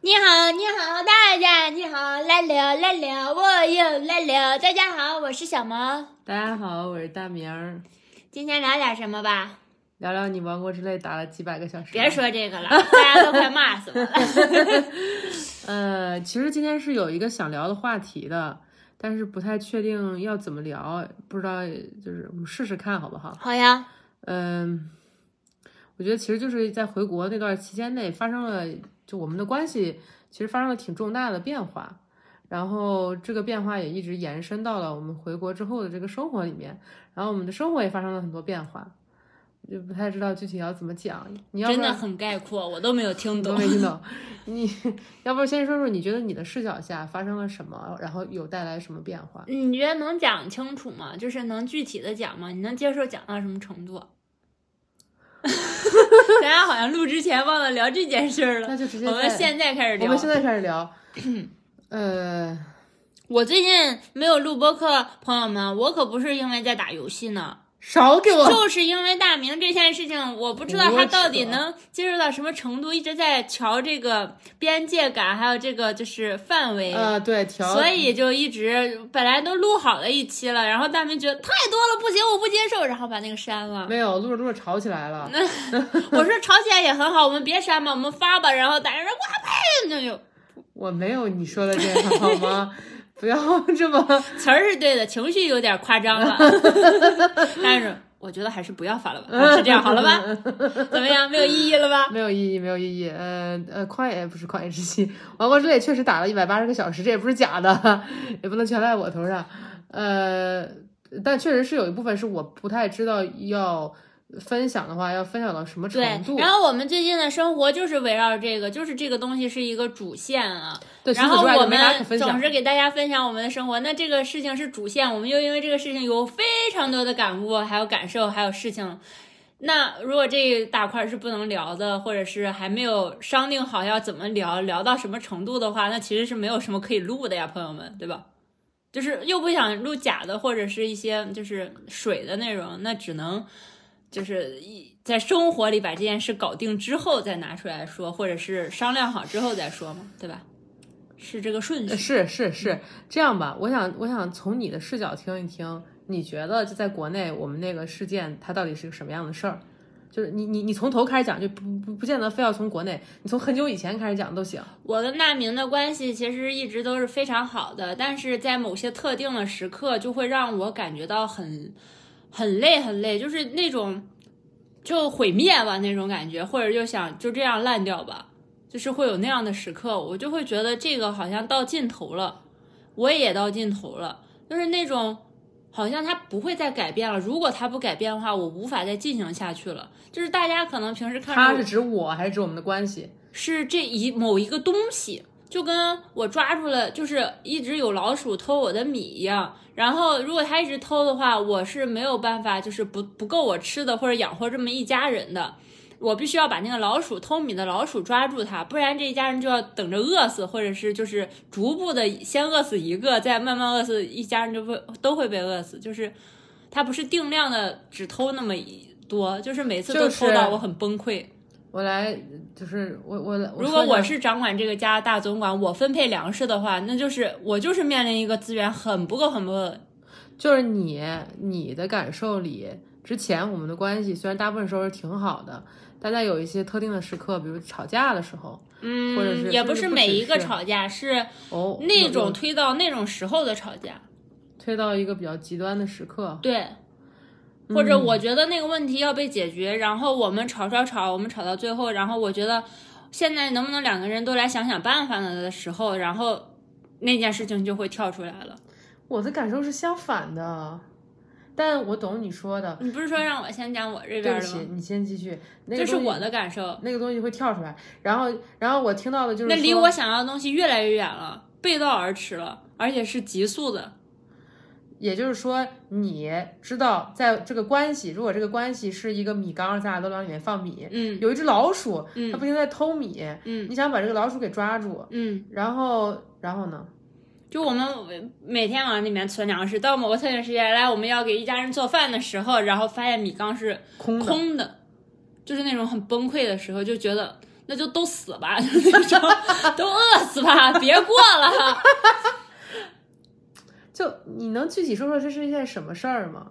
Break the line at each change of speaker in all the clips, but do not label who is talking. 你好，你好，大家你好，来聊来聊，我又来聊。大家好，我是小毛。
大家好，我是大明儿，
今天聊点什么吧？
聊聊你《王国之泪》打了几百个小时。
别，说这 个了，大家都快骂死我 了。
呃，其实今天是有一个想聊的话题的，但是不太确定要怎么聊，不知道就是我们试试看好不好？
好呀，
嗯，我觉得其实就是在回国那段期间内发生了，就我们的关系其实发生了挺重大的变化，然后这个变化也一直延伸到了我们回国之后的这个生活里面，然后我们的生活也发生了很多变化，就不太知道具体要怎么讲。你要不
真的
然
很概括，我都没有听
都
懂
没。听懂，你要不先说说你觉得你的视角下发生了什么，然后有带来什么变化？
你觉得能讲清楚吗？就是能具体的讲吗？你能接受讲到什么程度？ 咱俩好像录之前忘了聊这件事儿了
那。就直接
我们
在
现在开始
我
聊。
们现在开始聊，呃。
我最近没有录播课，朋友们，我可不是因为在打游戏呢，
少给我
就是因为大明这件事情，我不知道他到底能接受到什么程度，一直在瞧这个边界感，还有这个就是范围。
呃，对，调，
所以就一直本来都录好了一期了，然后大明觉得太多了，不行，我不接受，然后把那个删了。
没有录着录着吵起来了。
我说吵起来也很好，我们别删吧，我们发吧。然后大家说哇呸，那就
我没有你说的这样好吗？ 不要这么，
词儿是对的，情绪有点夸张了， 但是我觉得还是不要发了吧，是这样好了吧？怎么样，没有意义了吧？
没有意义，没有意义。呃呃，旷野不是旷野之息，王国之泪确实打了一百八十个小时，这也不是假的， 也不能全赖我头上。呃，但确实是有一部分是我不太知道要分享的话，要分享到什么程
对，
度。
然后我们最近的生活就是围绕这个，就是这个东西是一个主线啊。
对，除
然
此
后
之外
我
就没啥可
们
分
总
享。
是给大家分享我们的生活，那这个事情是主线，我们又因为这个事情有非常多的感悟，还有感受，还有事情。那如果这大块是不能聊的，或者是还没有商定好要怎么聊，聊到什么程度的话，那其实是没有什么可以录的呀，朋友们，对吧？就是又不想录假的，或者是一些就是水的内容，那只能就是一在生活里把这件事搞定之后再拿出来说，或者是商量好之后再说嘛，对吧？是这个顺序。
呃是是是，这样吧，我想我想从你的视角听一听，你觉得就在国内我们那个事件，它到底是个什么样的事儿？就是你你你从头开始讲，就不不不见得非要从国内，你从很久以前开始讲都行。
我跟大明的关系其实一直都是非常好的，但是在某些特定的时刻，就会让我感觉到很很累，很累，就是那种就毁灭吧那种感觉，或者就想就这样烂掉吧，就是会有那样的时刻，我就会觉得这个好像到尽头了，我也到尽头了，就是那种好像它不会再改变了。如果它不改变的话，我无法再进行下去了。就是大家可能平时看着
它
我
是指我还是指我们的关系？
是这一某一个东西，就跟我抓住了，就是一直有老鼠偷我的米一样。然后如果它一直偷的话，我是没有办法，就是不不够我吃的或者养活这么一家人的。我必须要把那个老鼠偷米的老鼠抓住它，不然这一家人就要等着饿死，或者是就是逐步的先饿死一个，再慢慢饿死一家人，就会都会被饿死。就是它不是定量的只偷那么一多，就是每次都
就是
偷到我很崩溃。
我来，就是我我来。
如果
说一
我
下
是掌管这个家的大总管，我分配粮食的话，那就是我就是面临一个资源很不够、很不够的。
就是你你的感受里，之前我们的关系虽然大部分时候是挺好的，但在有一些特定的时刻，比如吵架的时候，
嗯，
或者是
也
甚
不
至
是
不
每
只
一个
是
吵架是
哦，
那
有
种推到那种时候的吵架，
推到一个比较极端的时刻，
对。
嗯
或者我觉得那个问题要被解决，然后我们吵吵吵，我们吵到最后，然后我觉得现在能不能两个人都来想想办法呢的时候，然后那件事情就会跳出来了。
我的感受是相反的，但我懂你说的。
你不是说让我先讲我这
对
边嗯
不
的
起，
吗？
你先继续。那个
这是
东西
我的感受。
那个东西会跳出来，然后，然后我听到的就是
那离
说
我想要的东西越来越远了，背道而驰了，而且是急速的。
也就是说，你知道，在这个关系，如果这个关系是一个米缸，咱俩都往里面放米，
嗯
有一只老鼠，
嗯
它不停地在偷米，
嗯
你想把这个老鼠给抓住，
嗯，
然后，然后呢？
就我们每天往里面存粮食，到某个特定时间来，我们要给一家人做饭的时候，然后发现米缸是
空 的，
空的，就是那种很崩溃的时候，就觉得那就都死吧，就是那 种都饿死吧，别过了。
就你能具体说说这是一件什么事儿吗？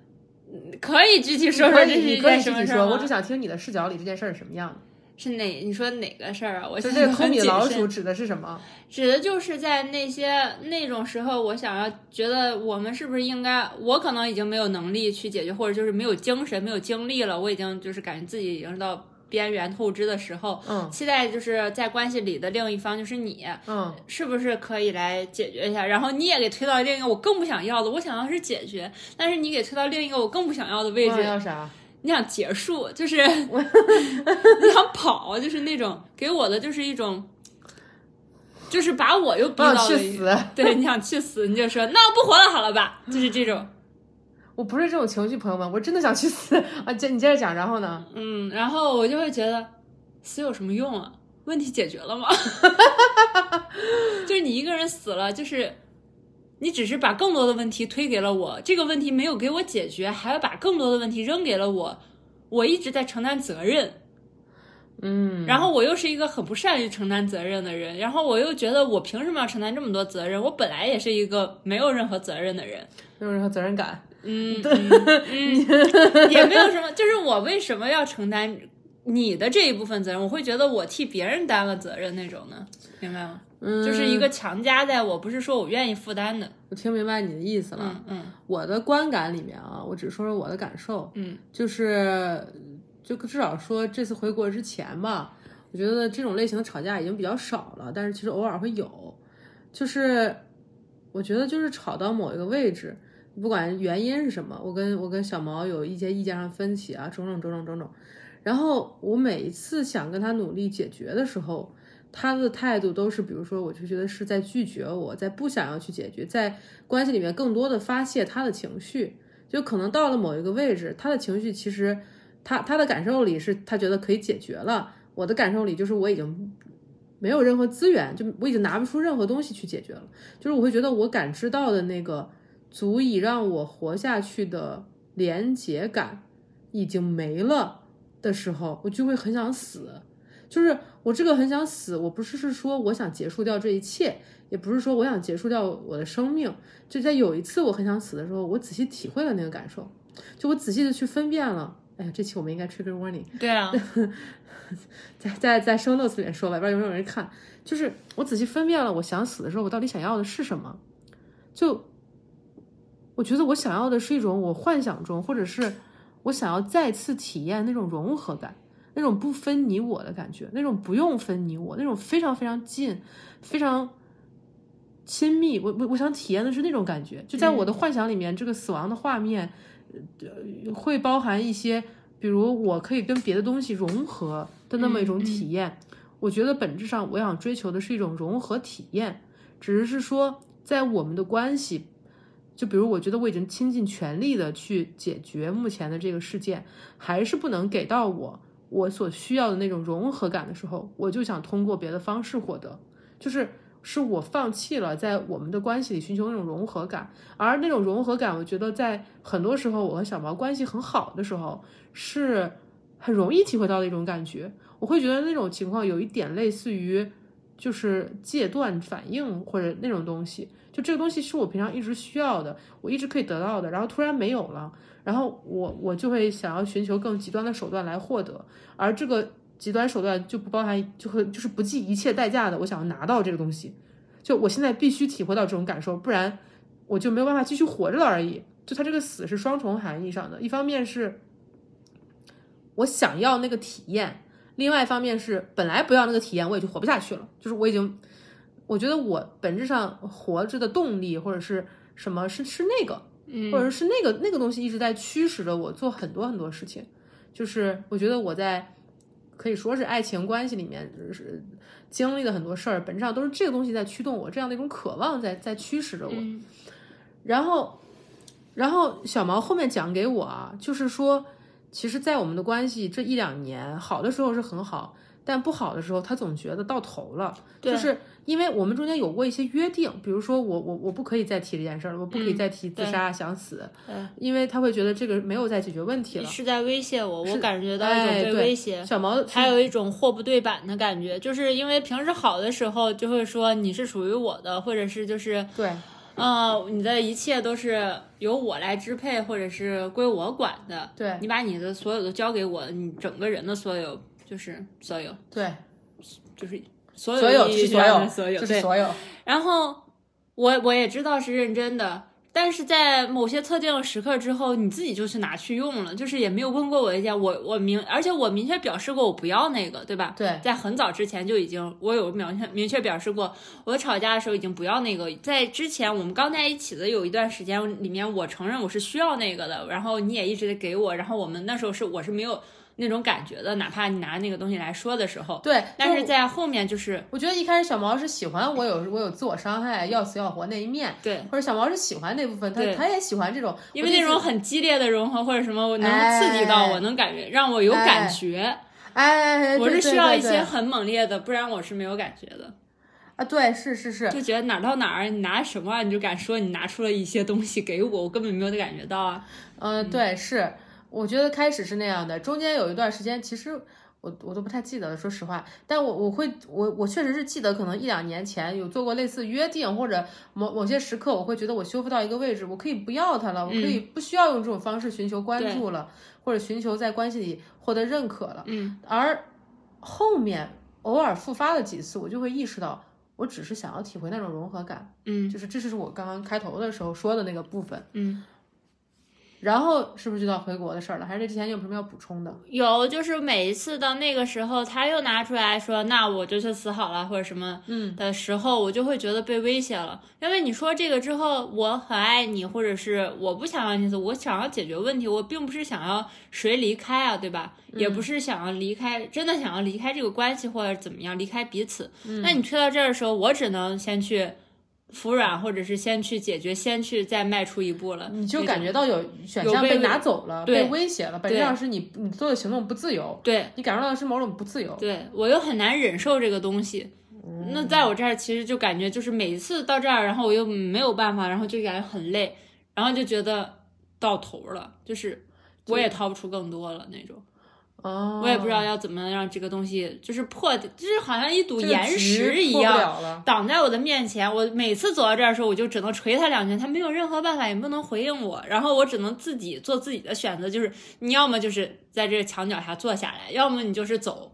可以具体说说这
你
是
可以
一件
你可以具
什么
体
事
说，
儿
我
吗
只？想听你的视角里这件事儿是什么样的。
是哪？你说哪个事儿啊？我
就
现
这
在
个抠
很
米
谨
老
慎
鼠。指的是什么？
指的就是在那些那种时候，我想要觉得我们是不是应该，我可能已经没有能力去解决，或者就是没有精神、没有精力了，我已经就是感觉自己已经到边缘透支的时候，
嗯
期待就是在关系里的另一方就是你，
嗯，
是不是可以来解决一下？然后你也给推到另一个我更不想要的，我想要是解决，但是你给推到另一个我更不想要的位
我想
置，
要啥？
你想结束，就是 你想跑，就是那种给我的就是一种，就是把我又逼
我想
到
去
了一个，
死！
对，你想去死，你就说那我不活了，好了吧，就是这种，
我不是这种情绪，朋友们，我真的想去死 啊！接你接着讲，然后呢？
嗯，然后我就会觉得死有什么用啊？问题解决了吗？ 就是你一个人死了，就是你只是把更多的问题推给了我，这个问题没有给我解决，还要把更多的问题扔给了我，我一直在承担责任。
嗯，
然后我又是一个很不善于承担责任的人，然后我又觉得我凭什么要承担这么多责任？我本来也是一个没有任何责任的人，
没有任何责任感。
嗯，嗯， 嗯也没有什么，就是我为什么要承担你的这一部分责任？我会觉得我替别人担了责任那种呢，明白吗？
嗯，
就是一个强加在我，不是说我愿意负担的。
我听明白你的意思了。
嗯嗯
我的观感里面啊，我只说说我的感受，
嗯
就是就至少说这次回国之前吧，我觉得这种类型的吵架已经比较少了，但是其实偶尔会有，就是我觉得就是吵到某一个位置，不管原因是什么，我跟我跟小毛有一些意见上分歧啊，种种种种种种，然后我每一次想跟他努力解决的时候。他的态度都是，比如说，我就觉得是在拒绝我，在不想要去解决，在关系里面更多的发泄他的情绪，就可能到了某一个位置，他的情绪其实他他的感受里是他觉得可以解决了，我的感受里就是我已经没有任何资源，就我已经拿不出任何东西去解决了，就是我会觉得我感知到的那个足以让我活下去的连结感已经没了的时候，我就会很想死。就是我这个很想死，我不是是说我想结束掉这一切，也不是说我想结束掉我的生命，就在有一次我很想死的时候，我仔细体会了那个感受，就我仔细的去分辨了。哎呀，这期我们应该 trigger warning，
对啊，
在在在 show notes 里面说吧，不知道有没有人看。就是我仔细分辨了，我想死的时候，我到底想要的是什么？就我觉得我想要的是一种我幻想中，或者是我想要再次体验那种融合感，那种不分你我的感觉，那种不用分你我，那种非常非常近，非常。亲密，我我我想体验的是那种感觉，就在我的幻想里面，这个死亡的画面，呃，会包含一些，比如我可以跟别的东西融合的那么一种
嗯嗯
体验。我觉得本质上我想追求的是一种融合体验，只是说在我们的关系，就比如我觉得我已经倾尽全力的去解决目前的这个事件，还是不能给到我我所需要的那种融合感的时候，我就想通过别的方式获得，就是。是我放弃了在我们的关系里寻求那种融合感，而那种融合感，我觉得在很多时候我和小毛关系很好的时候，是很容易体会到的一种感觉。我会觉得那种情况有一点类似于就是戒断反应或者那种东西，就这个东西是我平常一直需要的，我一直可以得到的，然后突然没有了，然后我我就会想要寻求更极端的手段来获得，而这个极端手段就不包含，就会就是不计一切代价的，我想要拿到这个东西，就我现在必须体会到这种感受，不然我就没有办法继续活着了而已。就它这个死是双重含义上的，一方面是我想要那个体验，另外一方面是，本来不要那个体验，我也就活不下去了。就是我已经，我觉得我本质上活着的动力或者是什么是是那个，
嗯
或者是那个那个东西一直在驱使着我做很多很多事情。就是我觉得我在可以说是爱情关系里面是经历的很多事儿，本质上都是这个东西在驱动我，这样的一种渴望在在驱使着我。
嗯
然后，然后小毛后面讲给我啊，就是说，其实，在我们的关系这一两年，好的时候是很好，但不好的时候，他总觉得到头了，
对
就是因为我们中间有过一些约定，比如说我我我不可以再提这件事儿了，我不可以再提自杀、想死，
对
因为他会觉得这个没有在解决问题了。
是在威胁我，我感觉到一种
哎，
被
对，
威胁。
小毛
还有一种货不对版的感觉，就是因为平时好的时候就会说你是属于我的，或者是就是
对
呃，你的一切都是由我来支配，或者是归我管的。
对
你把你的所有都交给我，你整个人的所有就是所有，
对，
就是所有
所有
意
是
义
所
上
有，
的所有，
就
对
是所有，
然后我我也知道是认真的，但是在某些特定的时刻之后，你自己就去拿去用了，就是也没有问过我的意见。我我明，而且我明确表示过我不要那个，对吧？
对
在很早之前就已经，我有明确明确表示过，我吵架的时候已经不要那个。在之前我们刚在一起的有一段时间里面，我承认我是需要那个的，然后你也一直在给我，然后我们那时候是我是没有那种感觉的，哪怕你拿那个东西来说的时候，
对，
但
就是
在后面就是
我觉得一开始小毛是喜欢我有 我有自我伤害、要死要活那一面，
对。
或者小毛是喜欢那部分，他
对
他也喜欢这种，哎
因为那
我
种
就
很激烈的融合或者什么，我能
哎
刺激到我，能感觉让我有感觉。
哎，
我是
对
需要
对
一
对
些很猛烈的，不然我是没有感觉的。
啊，对，是是是，
就觉得哪儿到哪儿，你拿什么啊，你就敢说你拿出了一些东西给我，我根本没有感觉到啊。
嗯，对，是，我觉得开始是那样的，中间有一段时间，其实我我都不太记得了，说实话，但我我会我我确实是记得，可能一两年前有做过类似约定，或者某某些时刻，我会觉得我修复到一个位置，我可以不要它了，我可以
嗯
不需要用这种方式寻求关注了，或者寻求在关系里获得认可了，
嗯，
而后面偶尔复发了几次，我就会意识到，我只是想要体会那种融合感，
嗯
就是这就是我刚刚开头的时候说的那个部分。
嗯，
然后是不是就到回国的事儿了？还是这之前你有什么要补充的？
有就是每一次到那个时候，他又拿出来说，那我就去死好了或者什么，
嗯，
的时候，我就会觉得被威胁了，因为你说这个之后，我很爱你，或者是我不想要你死，我想要解决问题，我并不是想要谁离开啊，对吧？也
嗯
不是想要离开，真的想要离开这个关系或者怎么样，离开彼此。
嗯
那你推到这儿的时候，我只能先去服软，或者是先去解决，先去再迈出一步了。
你就
这
感
种
觉到有选项
有被
被拿走了，
对
被威胁了，本质上是你你做的行动不自由，
对，
你感受到的是某种不自由。
对我又很难忍受这个东西。那在我这儿其实就感觉就是每一次到这儿，然后我又没有办法，然后就感觉很累，然后就觉得到头了，就是我也掏不出更多了那种。
哦，
我也不知道要怎么让这个东西就是破，就是好像一堵
这个
岩
局
石一
破不
样。
了了。
挡在我的面前，我每次走到这儿的时候，我就只能捶他两拳，他没有任何办法，也不能回应我，然后我只能自己做自己的选择，就是你要么就是在这墙角下坐下来，要么你就是走，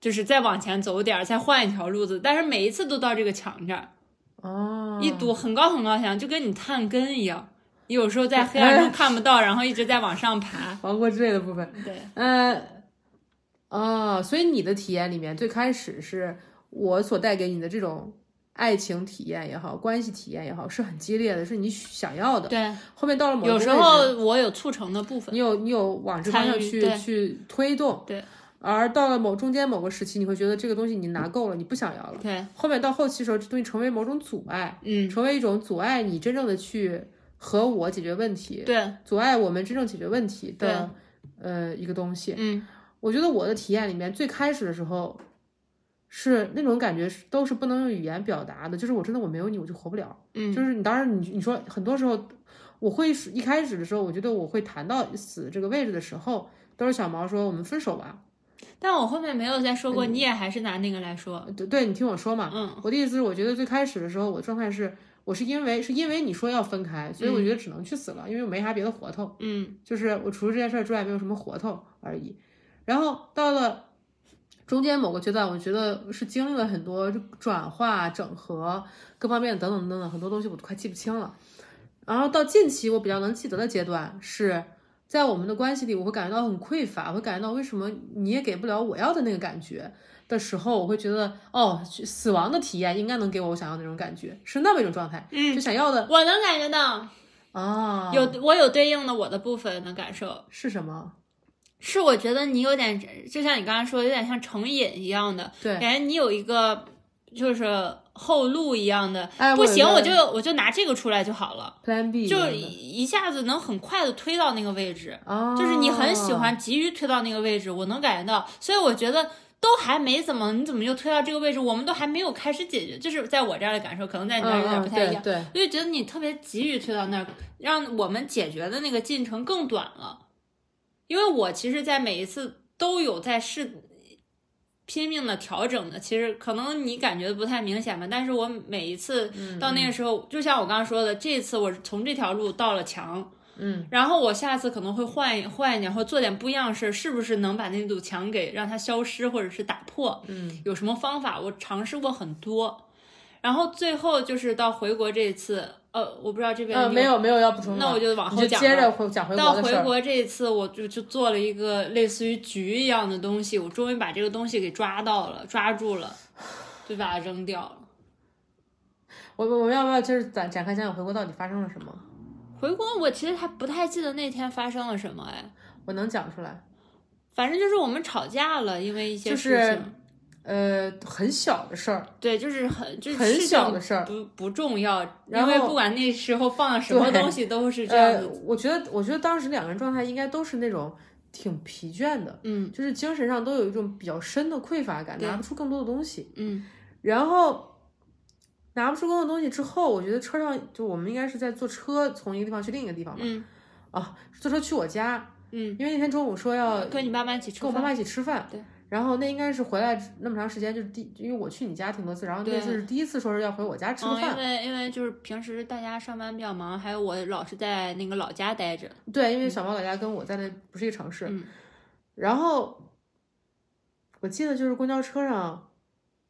就是再往前走点儿，再换一条路子。但是每一次都到这个墙这儿，
哦，
一堵很高很高的墙，就跟你探根一样，你有时候在黑暗中看不到，然后一直在往上爬。
王国之类的部分，
对，
嗯，哦，所以你的体验里面，最开始是我所带给你的这种爱情体验也好，关系体验也好，是很激烈的，是你想要的。
对，
后面到了某一个
有时
位置
候我有促成的部分。
你有你有往这方向
参与
去
对
去推动，
对。
而到了某中间某个时期，你会觉得这个东西你拿够了，你不想要了。
对，
后面到后期的时候，这东西成为某种阻碍，
嗯，
成为一种阻碍你真正的去和我解决问题，
对，
阻碍我们真正解决问题的呃一个东西。
嗯，
我觉得我的体验里面，最开始的时候是那种感觉是都是不能用语言表达的，就是我真的我没有你我就活不了。
嗯，
就是你当然你你说很多时候，我会是一开始的时候，我觉得我会谈到死这个位置的时候，都是小毛说我们分手吧。
但我后面没有再说过，你也还是拿那个来说。
呃对对，你听我说嘛。
嗯，
我的意思是，我觉得最开始的时候，我状态是我是因为是因为你说要分开，所以我觉得只能去死了，因为我没啥别的活头，
嗯
就是我除了这件事儿之外没有什么活头而已。然后到了。中间某个阶段，我觉得是经历了很多转化、整合各方面等等等等很多东西，我都快记不清了。然后到近期，我比较能记得的阶段是在我们的关系里，我会感觉到很匮乏，我会感觉到为什么你也给不了我要的那个感觉的时候，我会觉得哦，死亡的体验应该能给我我想要的那种感觉，是那么一种状态，
嗯
就，想要的
我能感觉到
啊，
有我有对应的我的部分的感受，
是什么？
是我觉得你有点，就像你刚才说，有点像成瘾一样的，
对
感觉你有一个就是后路一样的，
哎
不
我有嗯
行
一个
我就我就拿这个出来就好了，
Plan B
就
一样的
一下子能很快的推到那个位置。
啊，哦
就是你很喜欢，急于推到那个位置，我能感觉到，所以我觉得都还没怎么，你怎么就推到这个位置？我们都还没有开始解决，就是在我这儿的感受，可能在你那儿有点不太一样。
嗯对，
我就觉得你特别急于推到那儿，让我们解决的那个进程更短了。因为我其实，在每一次都有在试拼命的调整的。其实可能你感觉不太明显吧，但是我每一次到那个时候，就像我刚刚说的，这次我从这条路到了墙，
嗯，
然后我下次可能会换一换一点，或做点不一样的事，是不是能把那堵墙给让它消失，或者是打破？
嗯，
有什么方法？我尝试过很多，然后最后就是到回国这一次，呃，我不知道这边
呃，
你
没有没有要补充的，
那我就往后
你就
讲
接
吧
着回讲回
到
国的
回
事儿。
国这一次，我就就做了一个类似于局一样的东西，我终于把这个东西给抓到了，抓住了，就把它扔掉了。
我我们要不要就是展展开讲讲回国到底发生了什么？
回国我其实还不太记得那天发生了什么，哎，
我能讲出来。
反正就是我们吵架了，因为一些
就
事
是
情，
呃，很小的事儿，
对，就是很就是
很
事情
小的事儿
不不重要，因
然后
为不管那时候放了什么
对
东西都是这样
呃
的，，
我觉得，我觉得当时两个人状态应该都是那种挺疲倦的，
嗯
就是精神上都有一种比较深的匮乏感，
对
拿不出更多的东西。
嗯
然后拿不出更多的东西之后，我觉得车上就我们应该是在坐车从一个地方去另一个地方嘛，
嗯
啊，坐车去我家，
嗯，
因为那天中午说要
跟你爸妈一起吃
跟我
饭
妈，妈一起吃饭，
对。
然后那应该是回来那么长时间，就是第，因为我去你家挺多次，然后那
对
次是第一次说是要回我家吃个
嗯，因
饭，
为因为就是平时大家上班比较忙，还有我老是在那个老家待着，
对，因为小猫老家跟我在那不是一个城市。
嗯
然后我记得就是公交车上，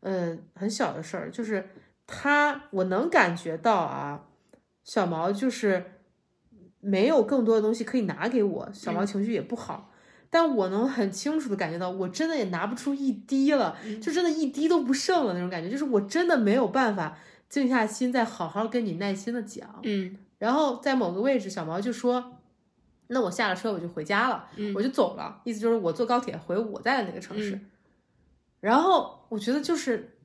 嗯，很小的事儿，就是他，我能感觉到啊，小毛就是没有更多的东西可以拿给我，小毛情绪也不好。但我能很清楚的感觉到，我真的也拿不出一滴了，就真的一滴都不剩了那种感觉，就是我真的没有办法静下心，再好好跟你耐心的讲。
嗯
然后在某个位置，小毛就说：“那我下了车我就回家了，
嗯
我就走了。”意思就是我坐高铁回我在的那个城市。
嗯
然后我觉得就是，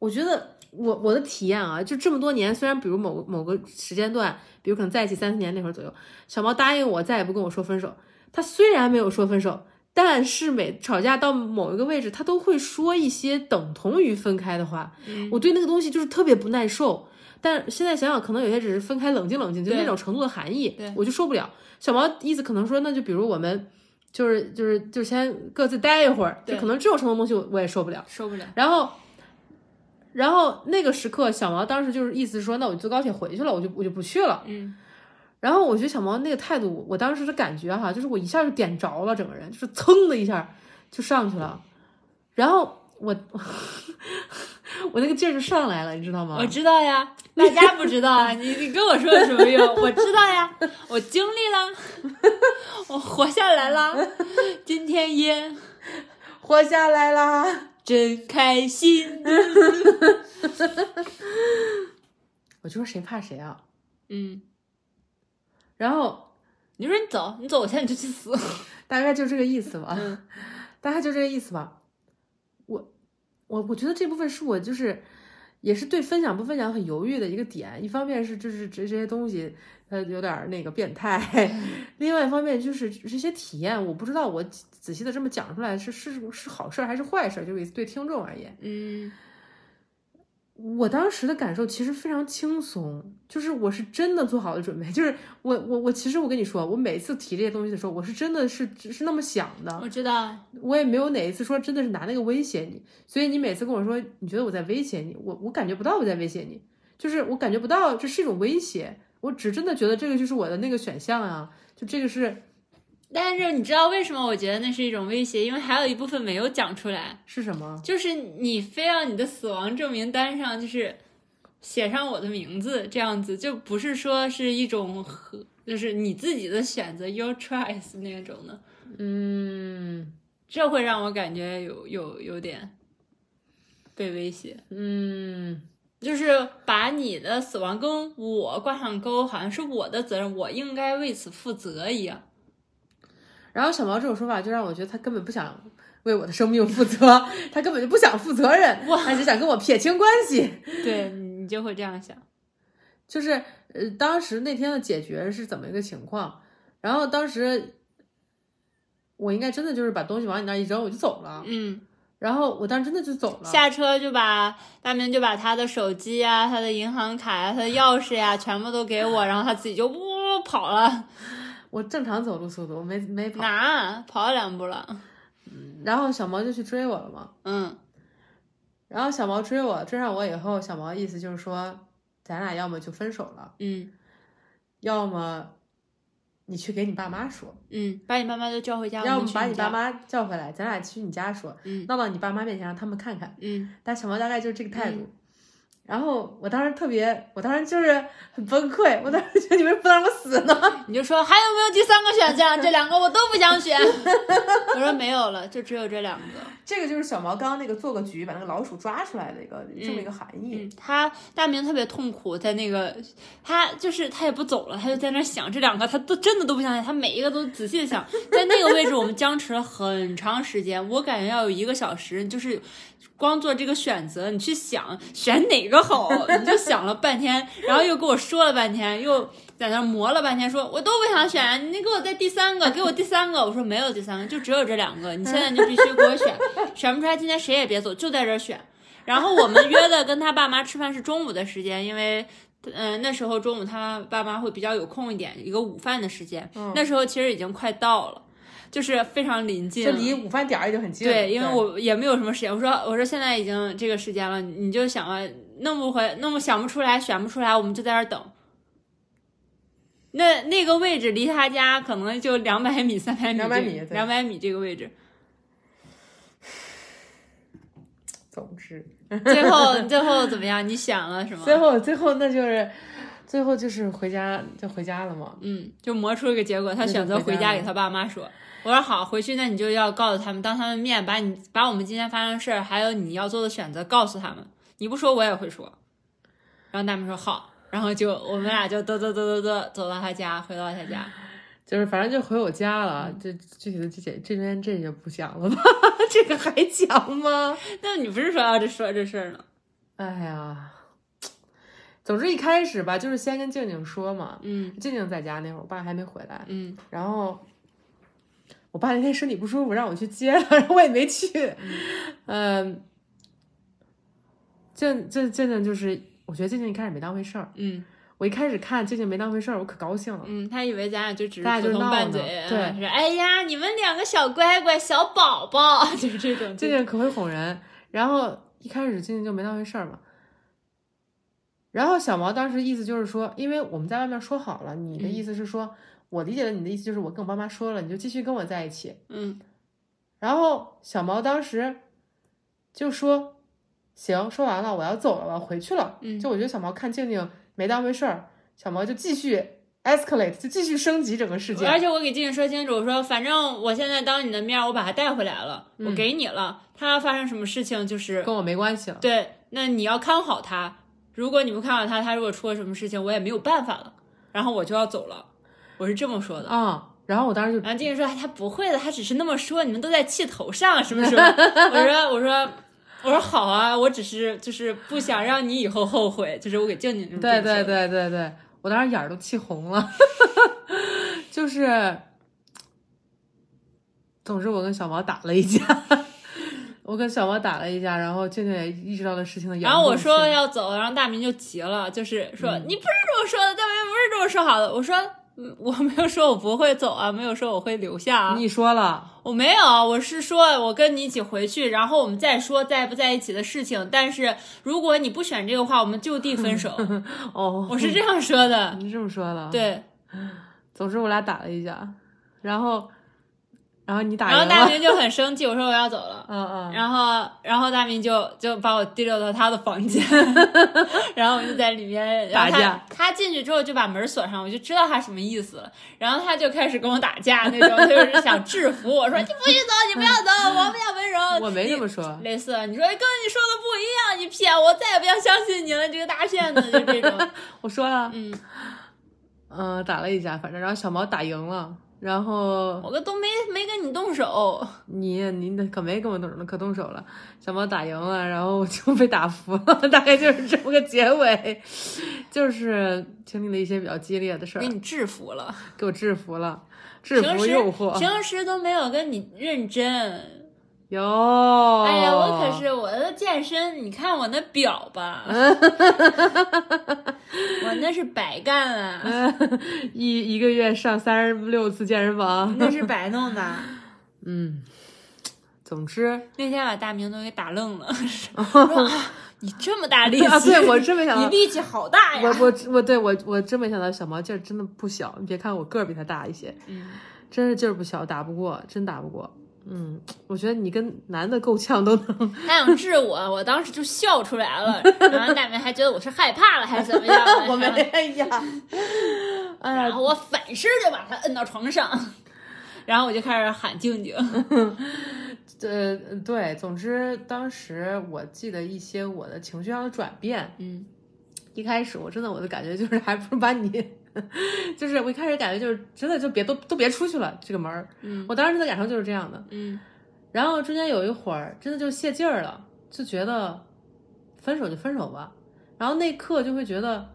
我觉得我我的体验啊，就这么多年，虽然比如某某个时间段，比如可能在一起三四年那会儿左右，小毛答应我再也不跟我说分手。他虽然没有说分手，但是每吵架到某一个位置，他都会说一些等同于分开的话。
嗯
我对那个东西就是特别不耐受。但现在想想，可能有些只是分开冷静冷静，就
对
那种程度的含义
对，
我就受不了。小毛意思可能说，那就比如我们就是就是就先各自待一会儿，就
对
可能这种程度的东西我我也受不了。
受不了，
然后，然后那个时刻，小毛当时就是意思是说，那我就坐高铁回去了，我就我就不去了。
嗯
然后我觉得小毛那个态度，我当时的感觉哈，就是我一下就点着了，整个人就是噌的一下就上去了，然后我 我那个劲儿就上来了，你知道吗
我？知道呀，大家不知道 啊，你你跟我说有什么用？我知道呀，我经历了， 我活下来了，今天也
活下来啦！
真开心，
我就说谁怕谁啊？
嗯。
然后
你说你走，你走，我现在就去死。
大概就这个意思吧，
嗯
大概就这个意思吧。我我我觉得这部分是我就是也是对分享不分享很犹豫的一个点，一方面是就是这这些东西它有点儿那个变态， 另外一方面就是这些体验，我不知道我仔仔细的这么讲出来是是是好事儿还是坏事儿，就是对听众而言，
嗯
我当时的感受其实非常轻松，就是我是真的做好了准备，就是我我我其实我跟你说，我每次提这些东西的时候，我是真的是只是那么想的，
我知道，
我也没有哪一次说真的是拿那个威胁你，所以你每次跟我说你觉得我在威胁你，我我感觉不到我在威胁你，就是我感觉不到这是一种威胁，我只真的觉得这个就是我的那个选项啊，就这个是
但是你知道为什么我觉得那是一种威胁？因为还有一部分没有讲出来，
是什么？
就是你非要你的死亡证明单上就是写上我的名字，这样子就不是说是一种和，就是你自己的选择 your choice 那种的，
嗯
这会让我感觉有有有点被威胁，
嗯。
就是把你的死亡跟我挂上钩，好像是我的责任，我应该为此负责一样。
然后小毛这种说法就让我觉得他根本不想为我的生命负责，他根本就不想负责任，他只想跟我撇清关系。
对你就会这样想，
就是呃，当时那天的解决是怎么一个情况？然后当时我应该真的就是把东西往你那儿一扔，我就走了。
嗯
然后我当时真的就走了。
下车就把大明就把他的手机呀、他的银行卡啊呀、他的钥匙呀，全部都给我，然后他自己就呜跑了，
我正常走路速度，我没没跑。
哪跑了两步了？
然后小毛就去追我了嘛。
嗯，
然后小毛追我，追上我以后，小毛意思就是说，咱俩要么就分手了，
嗯
要么你去给你爸妈说，
嗯，把你爸妈都叫回家，
要
我
么
们去
把你爸
家，
妈叫回来，咱俩去你家说，
嗯
闹到你爸妈面前让他们看看。
嗯
但小毛大概就是这个态度。然后我当时特别，我当时就是很崩溃，我当时觉得你为什么不能让我死呢？
你就说还有没有第三个选项？这两个我都不想 选。我说没有了，就只有这两个。
这个就是小毛刚刚那个做个局，把那个老鼠抓出来的一个、这么一个含义。
嗯，他大明特别痛苦，在那个他就是他也不走了，他就在那儿想这两个，他都真的都不想想，他每一个都仔细的想。在那个位置，我们僵持了很长时间，我感觉要有一个小时，就是光做这个选择，你去想选哪个好，你就想了半天，然后又跟我说了半天，又。在那儿磨了半天说，我都不想选，你给我在第三个，给我第三个。我说没有第三个，就只有这两个，你现在就必须给我选，选不出来今天谁也别走，就在这儿选。然后我们约的跟他爸妈吃饭是中午的时间，因为。嗯，那时候中午他爸妈会比较有空一点，一个午饭的时间。
嗯
那时候其实已经快到了，就是非常临近
就
了，
离午饭点儿也就很近了。
对，因为我也没有什么时间，我说我说现在已经这个时间了，你就想啊，弄不回，弄不想不出来，选不出来，我们就在那儿等。那那个位置离他家可能就两百米、三百米、
200米对
两百米这个位置。
总之，
嗯 最后最后怎么样？你选了什么？
最后最后那就是，最后就是回家就回家了嘛。
嗯，就磨出一个结果，他
就
选择回
回家
家给
了
他爸妈说。我说好，回去那你就要告诉他们，当他们面把你把我们今天发生的事儿，还有你要做的选择告诉他们。你不说我也会说。然后他们说好，然后就我们俩就嘚嘚嘚嘚嘚走到他家，回到他家。
就是反正就回我家了，
嗯
这具体的这些这边这就不讲了吧， 这个还讲吗？
那你不是说要这说这事儿呢？
哎呀，总之一开始吧，就是先跟静静说嘛，
嗯
静静在家那会儿，我爸还没回来，
嗯
然后我爸那天身体不舒服，让我去接了，然后我也没去，嗯，静静静静就是，我觉得静静一开始没当回事儿，
嗯
我一开始看静静没当回事儿，我可高兴了。
嗯，他以为咱俩就只是
大家
普
就
通
闹
拌
呢
嘴，
对
说哎呀，你们两个小乖乖、小宝宝， 就是这种。
静静可会哄人。然后一开始静静就没当回事儿嘛。然后小毛当时意思就是说，因为我们在外面说好了，你的意思是说，我理解的你的意思就是我跟我爸妈说了，你就继续跟我在一起。
嗯
然后小毛当时就说，行，说完了，我要走了，我要回去了。
嗯
就我觉得小毛看静静没当回事儿，小毛就继续 escalate，就继续升级整个事件。
而且我给静静说清楚，我说反正我现在当你的面儿，我把他带回来了，我
嗯
给你了。他发生什么事情就是
跟我没关系了，
对，那你要看好他。如果你不看好他，他如果出了什么事情，我也没有办法了，然后我就要走了。我是这么说的。
啊、然后我当时就
然后静静说哎他不会的，他只是那么说，你们都在气头上什么什么。 我说我说我说好啊，我只是就是不想让你以后后悔，就是我给静静这么
对
说
对
的，
对对对，我当时眼儿都气红了， 就是，总之我跟小毛打了一架， 我跟小毛打了一架，然后静静也意识到了事情的严
然后我
重
说
性
要走，然后大明就急了，就是说、
嗯
你不是这么说的，大明不是这么说好的。我说嗯我没有说我不会走啊，没有说我会留下啊，
你说了，
我没有，我是说我跟你一起回去，然后我们再说在不在一起的事情。但是如果你不选这个话，我们就地分 手。
哦，
我是这样说的，
你这么说的，，
对。
总之我俩打了一架，然后，然后你打
然后
赢
大
了，
明就很生气，我说我要走了。
嗯嗯，
然后，然后大明就就把我提溜到他的房 间，然后我就在里面然后
打
他
架
他进去之后就把门锁上，我就知道他什么意思了。然后他就开始跟我打架那种，他就是想制服我说：“你不许走，你不要走，我们要温柔。”
我没这么说，
类似，你说跟你说的不一样，你骗我，再也不要相信你了，这个大骗子，就这种。
我说了，
嗯，
嗯、打了一架，反正然后小毛打赢了，然后
我都没没跟你动手，
你你那可没跟我动手，可动手了。小猫打赢了，然后我就被打服了， 大概就是这么个结尾。就是经历了一些比较激烈的事儿
给，你制服了。
给我制服了，制
嗯平
服
时
诱惑。
平时都没有跟你认真，
有，
哎
哎
呀，我可是我的健身，你看我那表 吧，我那是白干啊了，
一一个月上三十六次健身 房，
那是白弄的。
嗯，总之，
那天把大明都给打愣 了，我说啊你这么大力气，
啊，对我真没想
你
到，
力气好大
我
呀！
我我对我我真没想到小毛劲儿真的不小，你别看我个儿比他大一些，
嗯，
真是劲儿不小，打不过，真打不过。嗯，我觉得你跟男的够呛都能，
他想治我，我当时就笑出来 了，然后大明还觉得我是害怕了还是怎 么样
，我没，哎呀，哎
然
呀，
后我反身就把他摁到床 上，然后我就开始喊静静，
呃，对，总之当时我记得一些我的情绪上的转变，
嗯
一开始我真的我的感觉就是， 还不如把你，就是我一开始感觉就是真的就别都都别出去了这个门儿。
嗯
我当时的感受就是这样的。
嗯
然后中间有一会儿真的就泄劲儿了，就觉得分手就分手吧。然后那一刻就会觉得，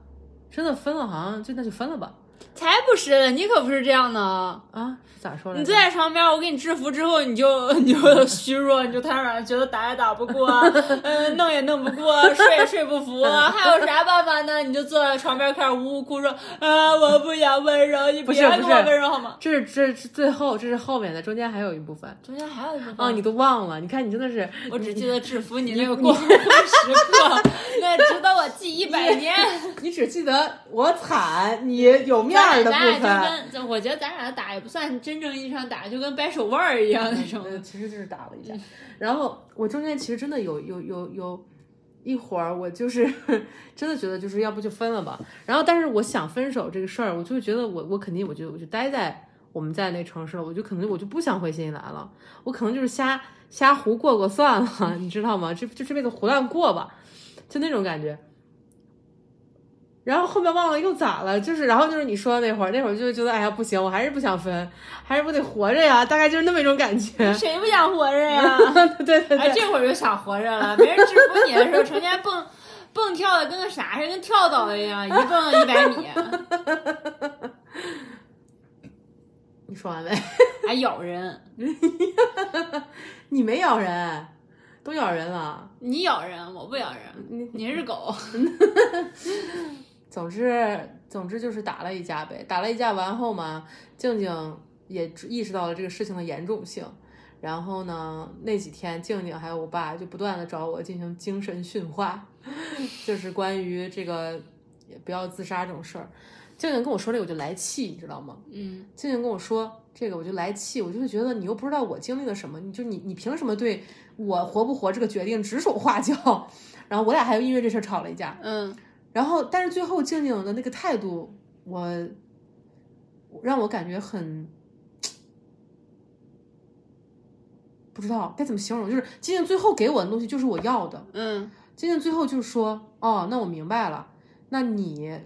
真的分了好像就那就分了吧。
才不是呢，你可不是这样的。
啊，咋说来
你
着
坐？在床边，我给你制服之后，你就 你就虚弱，你就瘫软，觉得打也打不过， 嗯、弄也弄不过，睡也睡不服，还有啥办法呢？你就坐在床边开始呜呜哭，说啊，我不想温柔，你
不
别
是
跟
不
我
是
温柔好吗？
这这是最后，这是后面的，中间还有一部分。
中间还有一部分
啊，你都忘了？你看你真 的是，
哦我只记得制服你那个 光辉时刻， 那值得我记一百年。
你只记得我惨，你有面儿的部
咱
分。
俩就跟就，我觉得咱俩打也不算真正意义上打，就跟掰手腕儿一样那种。
呃，其实就是打了一架。然后我中间其实真的有有有有一会儿，我就是 真的觉得就是要不就分了吧。然后，但是我想分手这个事儿，我就会觉得我我肯定我就我就待在我们在那城市了，我就可能我就不想回新西兰了，我可能就是瞎瞎胡过过算了， 你知道吗？这就这辈子胡乱过吧，就那种感觉。然后后面忘了又咋了？就是，然后就是你说的那会儿，那会儿就觉得，哎呀，不行，我还是不想分，还是不得活着呀，大概就是那么一种感觉。
谁不想活着呀？
对 对
哎，
对，
这会儿就想活着了。没人制服你的时候，成天蹦蹦跳的跟个啥似的，跟跳蚤一样，一蹦一百米，
你说完没？
还哎咬人。
你没咬人，都咬人了。
你咬人，我不咬人。你是狗，
总之，总之就是打了一架呗。打了一架完后嘛，静静也意识到了这个事情的严重性。然后呢，那几天静静还有我爸就不断的找我进行精神训话， 就是关于这个不要自杀这种事儿。静静跟我说这个我就来气，你知道吗？
嗯，
静静跟我说这个，我就来气，我就会觉得你又不知道我经历了什么，你就你你凭什么对我活不活这个决定指手画脚？ 然后我俩还因为这事儿吵了一架。
嗯，
然后，但是最后静静的那个态度，我让我感觉很不知道该怎么形容，就是静静最后给我的东西就是我要的，
嗯，
静静最后就说：“哦，那我明白了，那你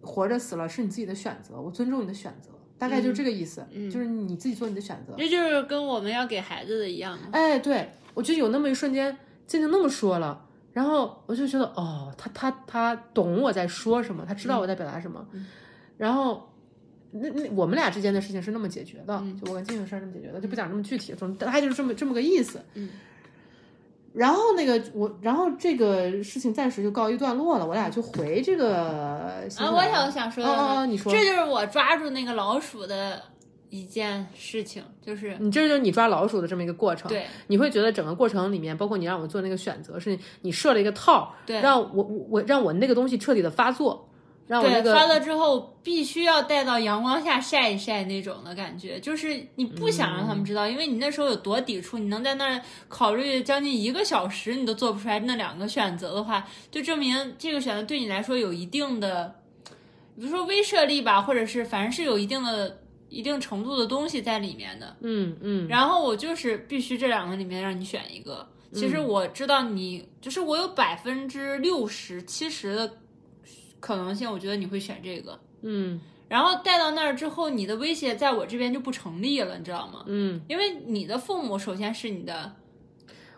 活着死了是你自己的选择，我尊重你的选择。”大概就是这个意思，
嗯嗯
就是你自己做你的选择。
这就是跟我们要给孩子的一样嘛。
哎，对，我就有那么一瞬间，静静那么说了，然后我就觉得，哦，他他他懂我在说什么，他知道我在表达什么。
嗯
然后，那那我们俩之间的事情是那么解决的，
嗯
就我跟静静的事儿那么解决的，就不讲这么具体，总大概就是这么这么个意思。
嗯。
然后那个我，然后这个事情暂时就告一段落了，我俩就回这个
啊，
新西
我
兰
想想说
哦哦
的
哦
是，
你说
这就是我抓住那个老鼠的一件事情，就是
你这就是你抓老鼠的这么一个过程，
对，
你会觉得整个过程里面，包括你让我做那个选择，是你设了一个套，
对
让我我我让我那个东西彻底的发作，让我那
对，
个
发了之后必须要带到阳光下晒一晒那种的感觉，就是你不想让他
嗯
们知道，因为你那时候有多抵触，你能在那儿考虑将近一个小时，你都做不出来那两个选择的话，就证明这个选择对你来说有一定的，比如说威慑力吧，或者是反正是有一定的、一定程度的东西在里面的。
嗯嗯，
然后我就是必须这两个里面让你选一个。其
嗯
实我知道你，就是我有百分之六十、七十的可能性，我觉得你会选这个。
嗯
然后带到那儿之后，你的威胁在我这边就不成立了，你知道吗？
嗯，
因为你的父母首先是你的，